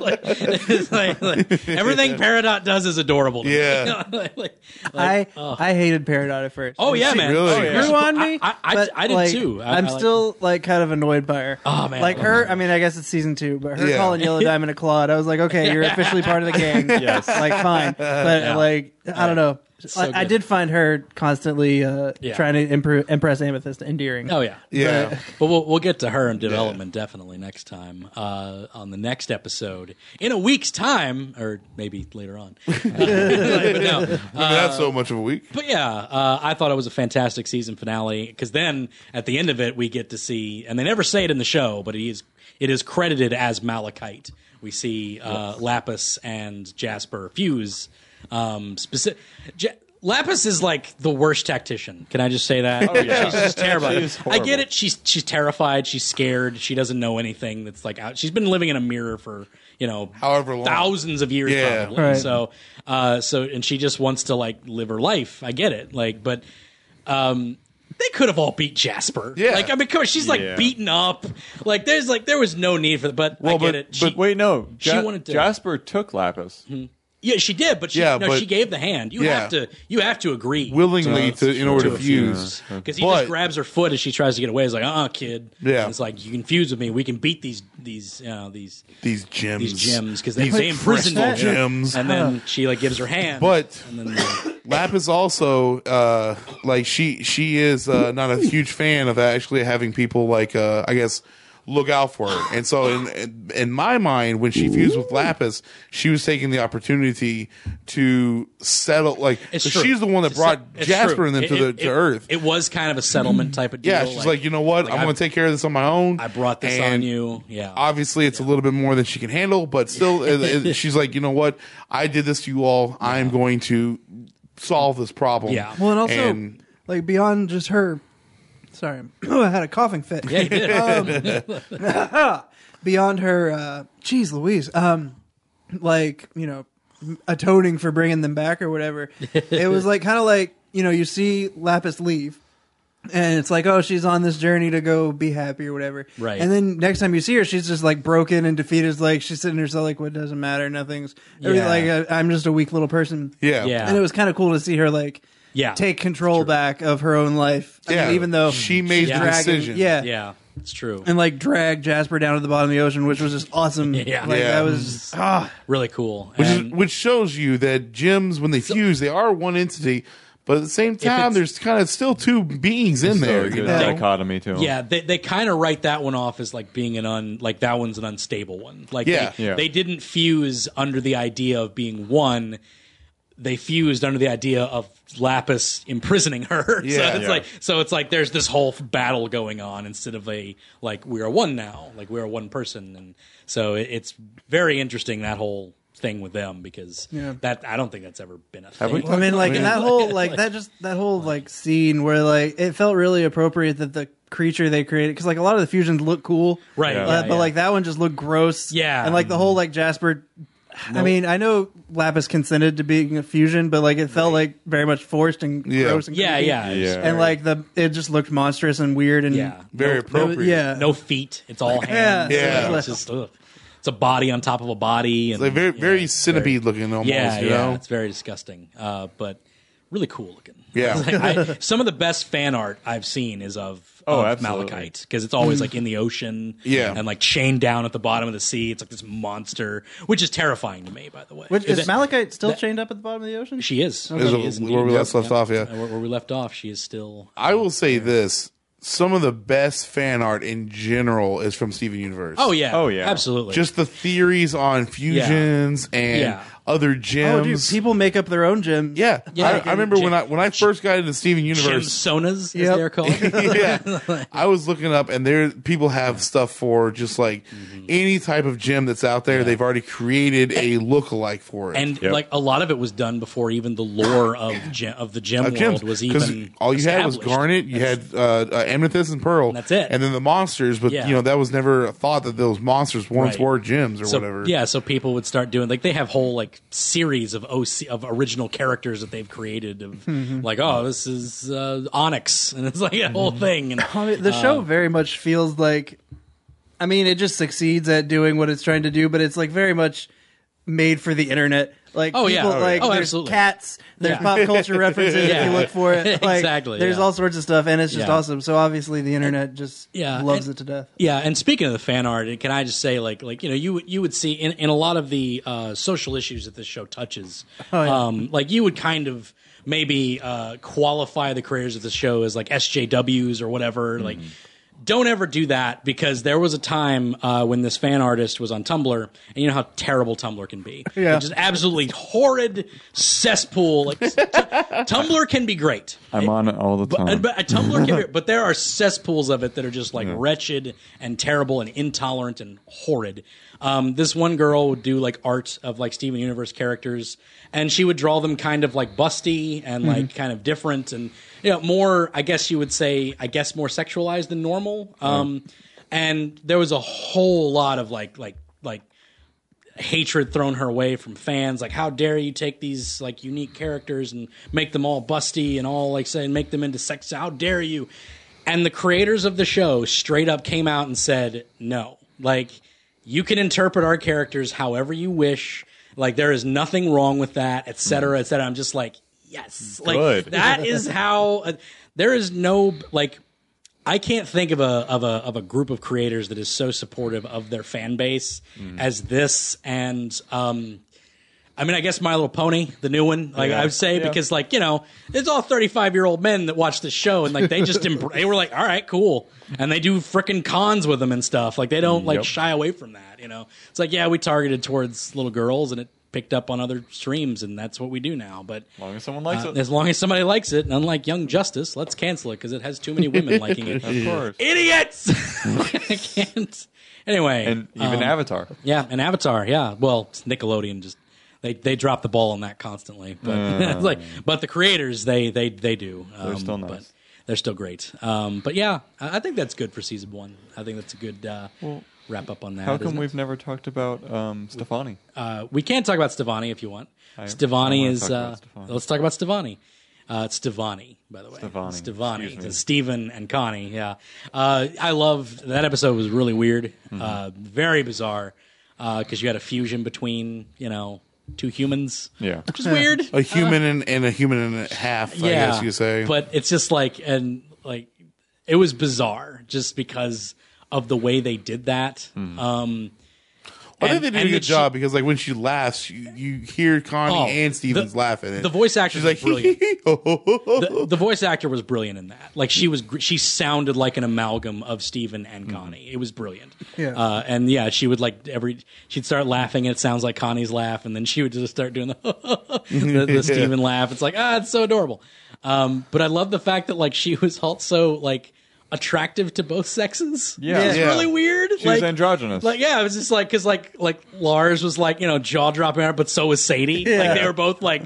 like, it's like- like, everything Peridot does is adorable. to me. Yeah. [laughs] Like- like- I I hated Peridot at first. oh yeah, She man. really- Oh, yeah. Grew on me. I, I, but, I did like, too. I, I'm I like- still like kind of annoyed by her. Oh, man, I like love her. I mean, I guess it's season two, but her Yeah. [laughs] calling Yellow Diamond a Claude, I was like, okay, you're officially part of the gang. Yes. like fine, but Yeah. like I don't know. so Like, I good. did find her constantly uh, Yeah. trying to improve, impress Amethyst endearing. Oh yeah. Yeah. But we'll, we'll get to her in development definitely next time uh, on the next episode in a week's time, or maybe later on. Like, [laughs] [laughs] but no. uh, Maybe not so much of a week. But yeah, uh, I thought it was a fantastic season finale because then at the end of it we get to see, and they never say it in the show, but it is it is credited as Malachite. We see uh, Lapis and Jasper fuse. Um, specific. Ja- Lapis is like the worst tactician. Can I just say that? Oh, yeah. She's just terrible. She is I horrible. get it. She's she's terrified. She's scared. She doesn't know anything. That's like out. She's been living in a mirror for you know However long. thousands of years. Yeah. probably. Right. So so, uh, so and she just wants to like live her life. I get it. Like, but um, they could have all beat Jasper. Yeah. Like, I mean, come on, she's like Yeah. beaten up. Like, there's like there was no need for. But I Well, get but, it. but [laughs] She- wait, no. she Ja- wanted to- Hmm. Jasper took Lapis. yeah, she did. But she, Yeah, no, but- she gave the hand. You Yeah. have to. You have to agree Willingly So- to in order to to a fuse. because he But- just grabs her foot as she tries to get away. He's like, uh, uh kid. Yeah. And it's like you can fuse with me. We can beat these these you know, these These gems. these gems because they, These they imprisoned crystal her. gems. And then she like gives her hand. But- and then. [coughs] they- Lapis also uh, like she she is uh, not a huge fan of actually having people like uh, I guess look out for her. And so in- in in my mind, when she fused with Lapis, she was taking the opportunity to settle. Like It's true. she's the one that It's brought it's Jasper true. and them It- to the it- to it- Earth. Mm-hmm. It was kind of a settlement type of deal. yeah, she's like, you know what? like, I'm I- going to take care of this on my own. I brought this on And you. Yeah, Obviously, it's a little bit more than she can handle, but still, [laughs] it- it- she's like, you know what? I did this to you all. I'm going to solve this problem. Yeah. Well, and also And- like beyond just her. Sorry, [clears throat] oh, I had a coughing fit. Um, yeah, you did. [laughs] beyond her uh geez louise um like you know atoning for bringing them back [laughs] or whatever it was like kind of like you know you see lapis leave and it's like oh she's on this journey to go be happy or whatever Right. and then next time you see her she's just like broken and defeated It's like she's sitting there so like what doesn't matter nothing's or, Yeah. like uh, i'm just a weak little person Yeah. Yeah. and it was kind of cool to see her like Yeah. take control back of her own life I mean, Yeah. even though She made she's the dragging- decision. yeah yeah, it's true. and like drag Jasper down to the bottom of the ocean, which was just [laughs] awesome. Yeah. like Yeah. that Mm-hmm. was ah, Really cool. Which, is, And- which shows you that gems, when they fuse, they are one entity, but at the same time, it's- there's kind of still two beings in there. So You good know? dichotomy to him. yeah, they, they kind of write that one off as like being an un like that one's an unstable one. Like Yeah. They, Yeah. they didn't fuse under the idea of being one. They fused under the idea of Lapis imprisoning her. [laughs] Yeah. so it's Yeah. like so it's like there's this whole battle going on instead of a like we are one now, like we are one person, and so it, it's very interesting that whole thing with them because that I don't think that's ever been a thing. we I mean, like and that whole like that just that whole like scene where like it felt really appropriate that the creature they created because like a lot of the fusions look cool, Right, Uh, yeah, but yeah. like that one just looked gross, Yeah. and like the whole like Jasper. I mean, I know Lapis consented to being a fusion, but like it felt like very much forced and Yeah. gross. And yeah, creepy. yeah, Yeah. and like the it just looked monstrous and weird and Yeah. Very It was- appropriate. yeah, no feet. It's all hands. Yeah. It's just ugh. it's a body on top of a body. And, Like very, yeah, very centipede looking almost, Yeah, you yeah. know? It's very disgusting, uh, but really cool looking. Yeah. [laughs] Like, I, [laughs] some of the best fan art I've seen is of, Oh, of absolutely. Malachite because it's always like in the ocean, Yeah. and like chained down at the bottom of the sea. It's like this monster, which is terrifying to me, by the way. Which is That- Malachite still chained up at the bottom of the ocean? She is. Is She is where we indeed. last left off, yeah. Uh, Where, where we left off, she is still. I will say this: some of the best fan art in general is from Steven Universe. Oh yeah. Oh, yeah. Absolutely. just the theories on fusions and Yeah. other Oh, gems. dude, people make up their own gyms. yeah, Yeah, I, like I remember in when I when I first got into Steven Jim [laughs] Universe. [laughs] Sonas, Yep. as they're called. yeah, I was looking up, and there people have stuff for just like Mm-hmm. any type of gem that's out there. They've already created a lookalike for it. and Yep. like a lot of it was done before even the lore of gem, of the gem of world gems was 'cause even all you had was established. garnet you had uh, uh, amethyst and pearl That's it. and then the monsters but Yeah. you know that was never a thought that those monsters once Right. were gems or so, whatever Yeah, so people would start doing like they have whole like like series of OC of original characters that they've created of Mm-hmm. like oh this is uh, Onyx and it's like a whole thing and I mean, the Uh, show very much feels like I mean, it just succeeds at doing what it's trying to do, but it's like very much made for the internet. Like Oh, yeah, people, oh, yeah. like Oh, there's absolutely. cats, there's Yeah. pop [laughs] culture references Yeah. if you look [laughs] for it. Like, Exactly, There's yeah. all sorts of stuff and it's just Yeah. awesome. So obviously the internet just Yeah, loves and- it to death. Yeah, and speaking of the fan art, can I just say, like, like you know, you would- you would see in, in a lot of the uh, social issues that this show touches, Oh, yeah. um, like you would kind of maybe uh, qualify the creators of the show as like SJWs or whatever. Mm-hmm. Like, don't ever do that because there was a time uh, when this fan artist was on Tumblr, and you know how terrible Tumblr can be. Yeah. It's just absolutely horrid cesspool. [laughs] Like, t- Tumblr can be great. I'm on it all the time. But, but a Tumblr can be, but there are cesspools of it that are just like wretched and terrible and intolerant and horrid. Um, this one girl would do like art of like Steven Universe characters, and she would draw them kind of like busty and like kind of different and you know more. I guess you would say I guess more sexualized than normal. Um, And there was a whole lot of like like like hatred thrown her way from fans like how dare you take these like unique characters and make them all busty and all like say and make them into sex how dare you and the creators of the show straight up came out and said no like you can interpret our characters however you wish like there is nothing wrong with that etc cetera, etc cetera. i'm just like yes like Good. that is how uh, there is no like I can't think of a of a of a group of creators that is so supportive of their fan base Mm. as this and um I mean I guess My Little Pony, the new one, like Yeah. I would say Yeah. because like, you know, it's all 35-year-old men that watch the show and like they [laughs] just embr- they were like, "All right, cool." And they do freaking cons with them and stuff. Like they don't like Yep. shy away from that, you know. It's like, yeah, we targeted towards little girls and it picked up on other streams and that's what we do now, but as long as someone likes uh, it, as long as somebody likes it, and unlike Young Justice, let's cancel it because it has too many women liking [laughs] it. of course. Idiots! I [laughs] can't. Anyway, and even um, Avatar. yeah, and Avatar, yeah. Well, it's Nickelodeon just they they drop the ball on that constantly, but [laughs] it's like but the creators they they they do. Um, still nice. But they're still great. Um, but yeah, I, I think that's good for season one. I think that's a good uh, wrap up on that. How come isn't it? we've never talked about um, Stefani? Uh, we can talk about Stevani if you want. I- I Stevani wanna is. talk uh, about Stefani. Let's talk about Stevani. Uh, it's Stevani, by the way. Stefani, Stefani. excuse me. It's Steven and Connie. Yeah. Uh, I love that episode. Was really weird. Mm-hmm. Uh, very bizarre. Because you had a fusion between you know two humans. Yeah. Which is [laughs] weird. A human and, and a human and a half, I guess you could say. Uh, But it's just like and like it was bizarre just because of the way they did that. Mm-hmm. Um, I and- think they did a and good the- job because, like, when she laughs, you, you hear Connie Oh, and Stevens the- laugh at it. the voice actor She's is like, [laughs] brilliant. the, the, the voice actor was brilliant in that. Like she was, gr- she sounded like an amalgam of Steven and Connie. It was brilliant. Yeah. Uh, and yeah, she would like every, she'd start laughing and it sounds like Connie's laugh. And then she would just start doing the, the, [laughs] the Steven laugh. It's like, ah, it's so adorable. Um, but I love the fact that like she was also like attractive to both sexes. Yeah. It's Yeah. really weird. She was androgynous. Like yeah, it was just like because like like Lars was like you know jaw dropping out, but so was Sadie. Like they were both like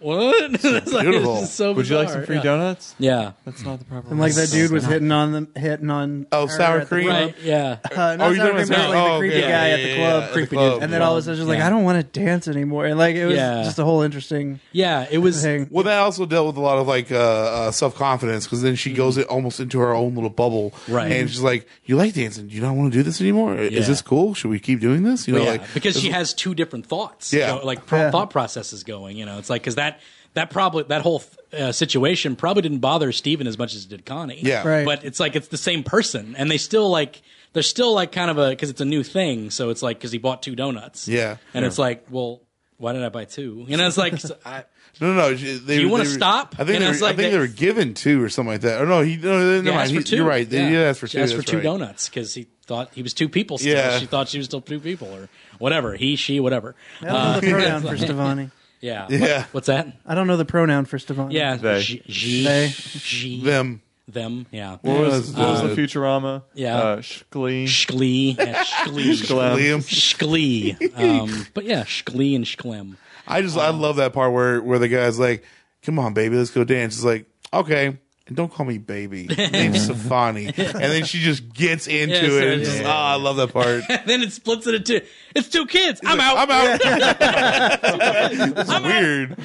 what? [laughs] It's like, beautiful. this is so Would you like some bizarre. free yeah. donuts? Yeah. That's not the proper. And like way. that dude was hitting on them hitting on Oh, her sour at the cream? club. Right. Yeah. Uh, not Oh, sour you're talking cream, but about- like the oh, creepy yeah, guy yeah, at the yeah, club. yeah, at the creepy club. dude. And then all of a sudden she's like, Yeah. I don't want to dance anymore. And like it was Yeah. just a whole interesting Yeah. It was. [laughs] thing. Well, that also dealt with a lot of like uh, uh, self confidence because then she goes it almost into her own little bubble, Mm-hmm. Right. And she's like, "You like dancing? Do you not want to do this anymore? Yeah. Is this cool? Should we keep doing this? You know, yeah, like because she has two different thoughts. Yeah. you know, like pro- Yeah. thought processes going. You know, it's like because that that probably that whole uh, situation probably didn't bother Steven as much as it did Connie. Yeah. Right. But it's like it's the same person, and they still like they're still like kind of a because it's a new thing. So it's like because he bought two donuts. Yeah. And it's like, well, why did I buy two? You know, it's like so I, no, no, no. she- They, Do you were- wanna they were- stop? I And think, they I were, was like, I think they- they, were given two or something like that. Or no, he no, no, they [laughs] never mind. asked for He- two. You're right. They Yeah. did ask for She two. asked for that's two right. donuts because he thought he was two people. Still. Yeah. She thought she was still two people, or whatever. He, she, whatever. I Uh, don't know the pronoun [laughs] for Stefani. yeah. [laughs] Yeah. What- what's that? I don't know the pronoun for Stefani. Yeah, They. G, G, They. G- Them. them, yeah. What was, Yeah, what was uh, the Futurama? yeah. Uh, Shklee. Shklee, yeah, Shklee, Shklem. Liam. Shklee. Um, but yeah, Shklee and [laughs] Shklem. Um, I just I love that part where where the guy's like, "Come on, baby, let's go dance." It's like, okay, and don't call me baby. [laughs] Name's Stefani. And then she just gets into Yeah, it. so and yeah. just, oh, I love that part. then it splits into two. It's two kids. [laughs] I'm out. I'm out. [laughs] I'm out. Weird.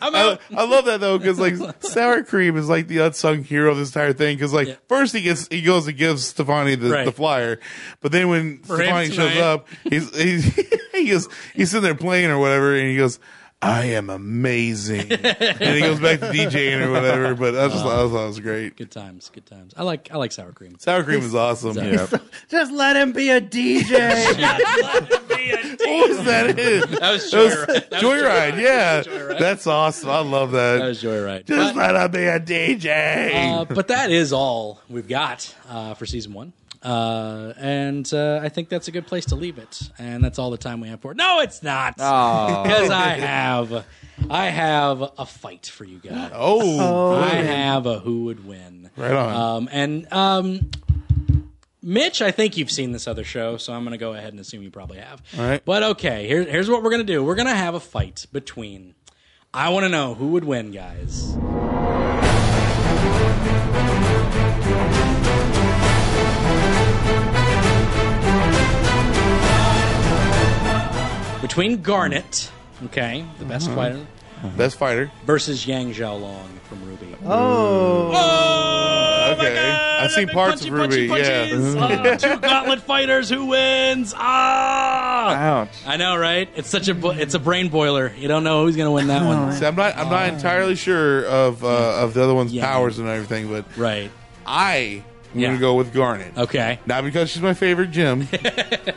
I'm I, out. I love that though because [laughs] like sour cream is like the unsung hero of this entire thing because like Yeah. first he gets he goes and gives Stefani the, Right. the flyer, but then when For him Stefani shows tonight. up, he's he's he [laughs] goes he's sitting there playing or whatever, and he goes. I [laughs] am amazing, and he goes back to DJing or whatever. But I just I thought it was great. Good times. Good times. I like I like sour cream. Sour cream is awesome. Yeah. Yeah. Just let him be [laughs] a DJ. [laughs] What was that? in? That was That was Joyride. That was Joyride. Yeah, that's awesome. I love that. That was Joyride. just But, let him be a DJ. uh, but that is all we've got uh, for season one. Uh, and uh, I think that's a good place to leave it. And that's all the time we have for it. No, it's not. [laughs] Because I have, I have a fight for you guys. oh, I have a who would win. Right on. Um, and um, Mitch, I think you've seen this other show, so I'm going to go ahead and assume you probably have. All right. But okay, here, here's what we're going to do. We're going to have a fight between. I want to know who would win, guys. Between Garnet, okay, the best Uh-huh. fighter, best fighter. versus Yang Xiaolong from Ruby. oh, Oh Okay. I've seen parts of Ruby, yeah. Mm-hmm. yeah. Oh, [laughs] two gauntlet fighters. Who wins? Ah! Ouch. I know, right? It's such a bo- it's a brain boiler. You don't know who's gonna win that one, See, I'm not. I'm not entirely sure of uh, of the other one's Yeah. powers and everything, but right? I am Yeah. gonna go with Garnet. Okay. Not because she's my [laughs] favorite gym,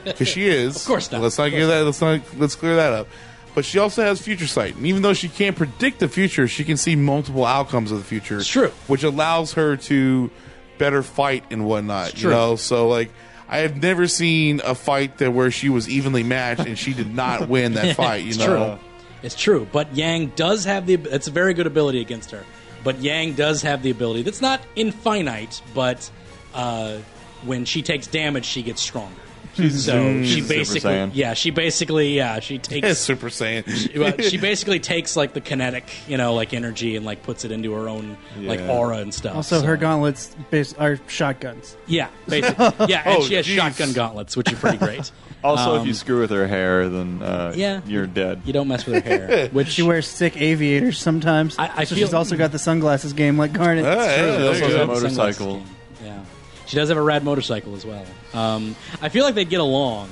because she is. Of course not. Let's not get that. Let's not. Let's clear that up. But she also has future sight, and even though she can't predict the future, she can see multiple outcomes of the future. It's true. which allows her to better fight and whatnot. true. You know, so like. I have never seen a fight that where she was evenly matched and she did not [laughs] win that fight. You It's know, true. It's true. But Yang does have the. It's a very good ability against her. But Yang does have the ability that's not infinite, but uh, when she takes damage, she gets stronger. so she she's Super basically, Saiyan. yeah, she basically, yeah, she takes Super Saiyan. Well, she basically takes like the kinetic, you know, like energy and like puts it into her own like Yeah. aura and stuff. also so- her gauntlets bas- are shotguns. Yeah, [laughs] basically. Yeah, and Oh, she has jeez. shotgun gauntlets, which are pretty great. Also, if you screw with her hair, then uh, Um, Yeah. you're dead. You don't mess with her hair, [laughs] which She wears sick aviators sometimes. I- I so she's feel- also got the sunglasses game like Garnet. Hey, She there you also has a go. Sunglasses motorcycle. game. Yeah, she does have a rad motorcycle as well. Um, I feel like they'd get along.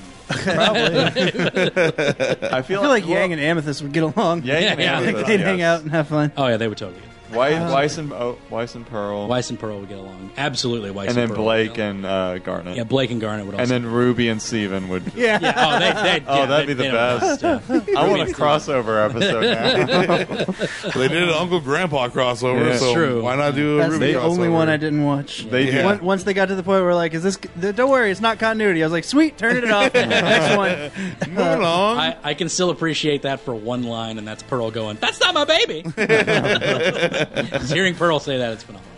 I feel, I feel like well, Yang and Amethyst would get along. Yang and Yeah, [laughs] Amethyst, They'd yes. hang out and have fun. Oh yeah, they would totally. Get Weiss, Weiss, and, oh, Weiss and Pearl. Weiss and Pearl would get along. Absolutely, Weiss and, and then Pearl. Blake and uh, Garnet. yeah, Blake and Garnet would also. and then Ruby and Steven would. Yeah. yeah, oh, [laughs] they, they, Oh, yeah, that'd be they- they the don't best. mess, yeah. I want a crossover episode now. [laughs] They did an Uncle Grandpa crossover, Yeah. so True. why not do a That's Ruby the crossover? only one I didn't watch. They do. Once- Once they got to the point where like, is this? Don't worry, it's not continuity. I was like, sweet, turn it off. Next one. [laughs] Uh, Moving on. uh, I, I can still appreciate that for one line, and that's Pearl going, "That's not my [laughs] baby." Just hearing Pearl say that, it's phenomenal.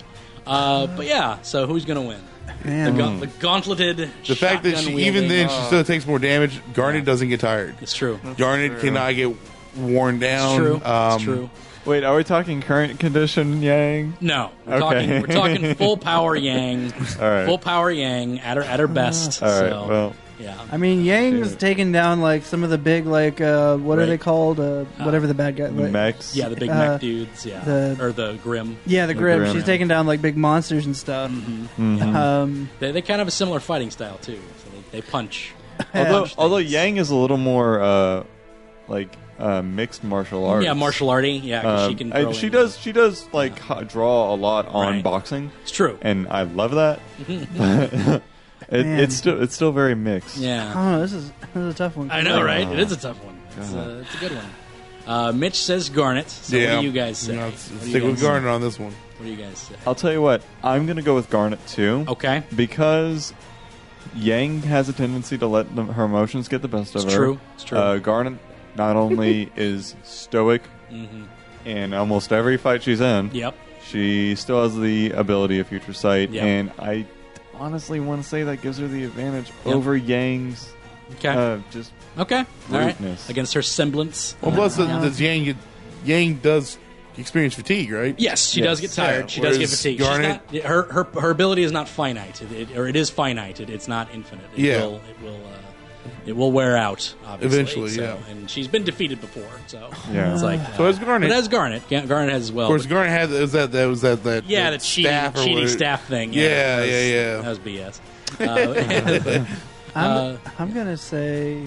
Uh, but yeah, so who's gonna win? The, Man, ga- the gauntleted. the fact that she, even then she still takes more damage. Garnet doesn't get tired. it's true. Garnet cannot get worn It's down. true. Um, it's true. Wait, are we talking current condition, Yang? No, we're Okay. talking we're [laughs] talking full power Yang, All right. full power Yang at her at her best. All right, so, well. yeah, I mean, Yang's Dude. taking down like some of the big like uh, what are Right. they called? Uh, whatever the bad guy. like- Max. yeah, the big uh, mech dudes, yeah, the- or the grim. Yeah, the grim. Grim. She's taking down like big monsters and stuff. Mm-hmm. Um, They they kind of have a similar fighting style too. So they, they punch. [laughs] although, Punch although things. Yang is a little more uh, like uh, mixed martial arts. yeah, martial arty, yeah, 'cause Um, she can. I- throw she in- does. She does like ha- draw a lot on Right. boxing, It's true. and I [laughs] love that. it, Man. it's still it's still very mixed. I yeah, don't know. This is this is a tough one. I know, right? It is a tough one. It's a, it's a good one. Uh, Mitch says Garnet. So yeah. what do you guys say? No, it's- what, do stick you with guys, Garnet on this one. what do you guys say? I'll tell you what. I'm gonna go with Garnet too. Okay, because Yang has a tendency to let them, her emotions get the best of It's her. true. It's true. Uh, Garnet [laughs] not only is stoic in almost every fight she's in, Mm-hmm. Yep. she still has the ability of future sight, Yep. and I honestly want to say that gives her the advantage Yep. over Yang's okay, uh, just okay, all right. rudeness. Against her semblance, Well, plus the, the Yang, Yang does experience fatigue, right? Yes, she does get Yes. tired. Yeah, she does get whereas fatigued. Garnet- She's not, her, her her ability is not finite, It- it- or it is finite. It, it's not infinite. It Yeah. will, it will uh, it will wear out obviously. Eventually, so- yeah. And she's been defeated before, so Yeah. It's like So uh, as Garnet, But of as Garnet, Ga- Garnet has as well. course, but- Garnet had was that that was that that yeah, that the cheating, staff or cheating whatever. staff thing. Yeah, that was- yeah, yeah. That was BS. Uh, [laughs] I'm, I'm gonna say,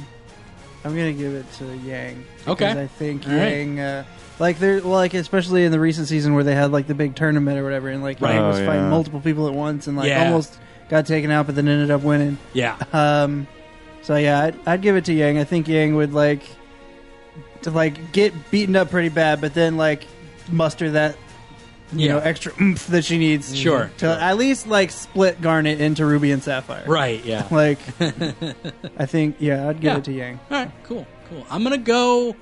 I'm gonna give it to Yang. Okay. because I think All right. Yang, uh, like they're well, like especially in the recent season where they had like the big tournament or whatever, and like Right. Yang was Oh, fighting yeah. multiple people at once and like Yeah. almost got taken out, but then ended up winning. yeah, Um, so yeah, I'd, I'd give it to Yang. I think Yang would like to like get beaten up pretty bad, but then like muster that Yeah. you Mm-hmm. know extra oomph that she needs. Sure, to at least like split Garnet into Ruby and Sapphire. right. Yeah. All [laughs] Like, I think yeah, I'd give Yeah. it to Yang. right. Cool. Cool. I'm gonna go.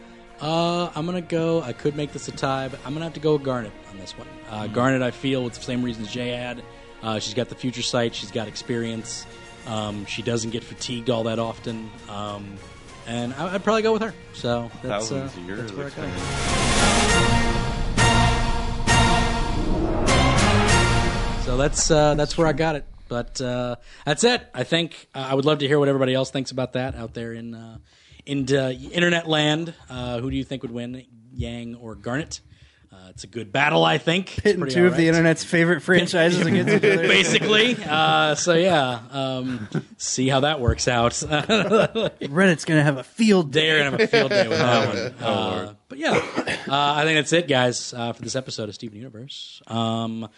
Uh, I'm gonna go. I could make this a tie, but I'm gonna have to go with Garnet on this one. Uh, Garnet, I feel, with the same reasons Jay had. Uh, she's got the future sight. She's got experience. Um, she doesn't get fatigued all that often. Um, and I, I'd probably go with her. So that's, uh, Thousands of years that's where of I go. experience. So that's uh, that's where I got it. But uh, that's it. I think uh, I would love to hear what everybody else thinks about that out there in uh, in uh, internet land. Uh, who do you think would win, Yang or Garnet? Uh, it's a good battle, I think. It's Hitting pretty two of the alright. internet's favorite franchises against each [laughs] other. basically. Uh, so yeah, um, see how that works out. [laughs] Reddit's gonna have a field day. They're gonna have a field day with that one. Uh, but yeah, uh, I think that's it, guys, uh, for this episode of Steven Universe. Um,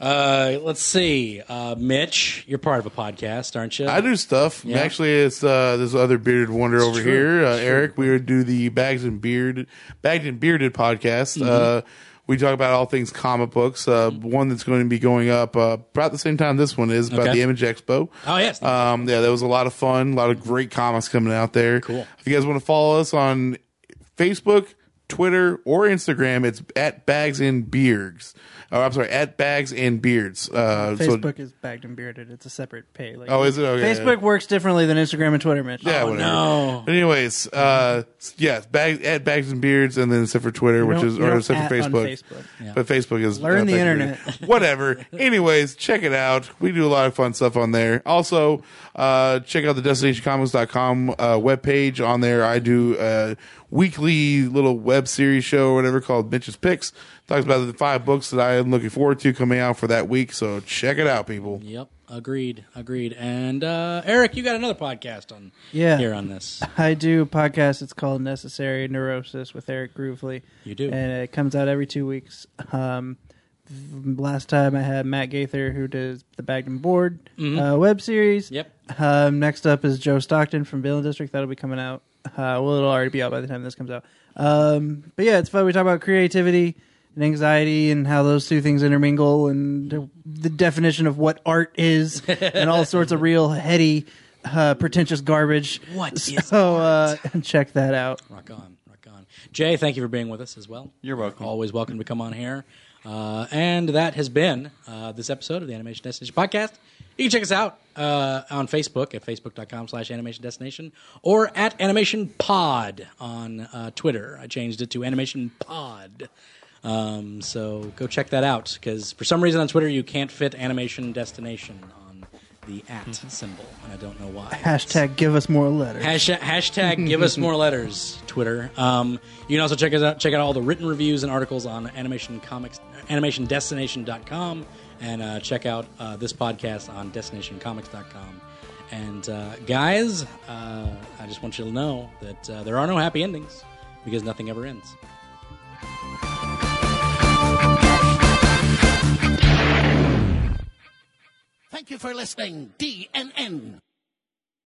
uh, let's see, uh, Mitch, you're part of a podcast, aren't you? I do stuff. Yeah. Actually, it's uh, this other bearded wonder over true. here, uh, Eric. We would do the Bags and Beard, Bagged and Bearded podcast. Mm-hmm. Uh, we talk about all things comic books. Uh, One that's going to be going up uh, about the same time this one is about Okay. the Image Expo. Oh, yes. Um, yeah, that was a lot of fun. A lot of great comics coming out there. Cool. If you guys want to follow us on Facebook, Twitter, or Instagram, it's at Bags and Beards. Oh, I'm sorry, at Bags and Beards. Uh, so- Facebook is bagged and bearded. It's a separate pay. Like, Oh, is it? Okay. Facebook works differently than Instagram and Twitter, Mitch. Yeah, Oh, whatever. no. But anyways, uh, yeah, bag, at bags and beards, and then except for Twitter, which don't- is you or don't except for at on Facebook. Facebook. But Facebook is Learn uh, the Bags and internet. Beards. [laughs] whatever. anyways, check it out. We do a lot of fun stuff on there. Also, uh, check out the destinationcomics.com uh, webpage on there. I do a weekly little web series show or whatever called Mitch's Picks. Talks about the five books that I am looking forward to coming out for that week. So check it out, people. Yep, agreed, agreed. And uh, Eric, you got another podcast on Yeah. here on this. I do a podcast. It's called Necessary Neurosis with Eric Groovely. You do. and it comes out every two weeks. Um, th- last time I had Matt Gaither, who does the Bagged and Board uh, web series. Mm-hmm. Yep. Um, next up is Joe Stockton from Balen District. That'll be coming out. Uh, well, it'll already be out by the time this comes out. Um, but yeah, it's fun. We talk about creativity and anxiety and how those two things intermingle and the definition of what art is [laughs] and all sorts of real heady, uh, pretentious garbage. What [laughs] so, is Uh, check that out. Rock on, rock on. Jay, thank you for being with us as well. You're welcome. Always welcome to come on here. Uh, and that has been uh, this episode of the Animation Destination Podcast. You can check us out uh, on Facebook at facebook.com slash animation destination or at animation pod on uh, Twitter. I changed it to animation pod. Um, so go check that out because for some reason on Twitter you can't fit animation destination on the at Mm-hmm. symbol, and I don't know why. Hashtag give us more letters. Hashtag, hashtag give us more letters, Twitter. Um, you can also check us out check out all the written reviews and articles on animation comics animationdestination.com and uh, check out uh, this podcast on destinationcomics.com. And uh, guys, uh, I just want you to know that uh, there are no happy endings because nothing ever ends. Thank you for listening, DNN.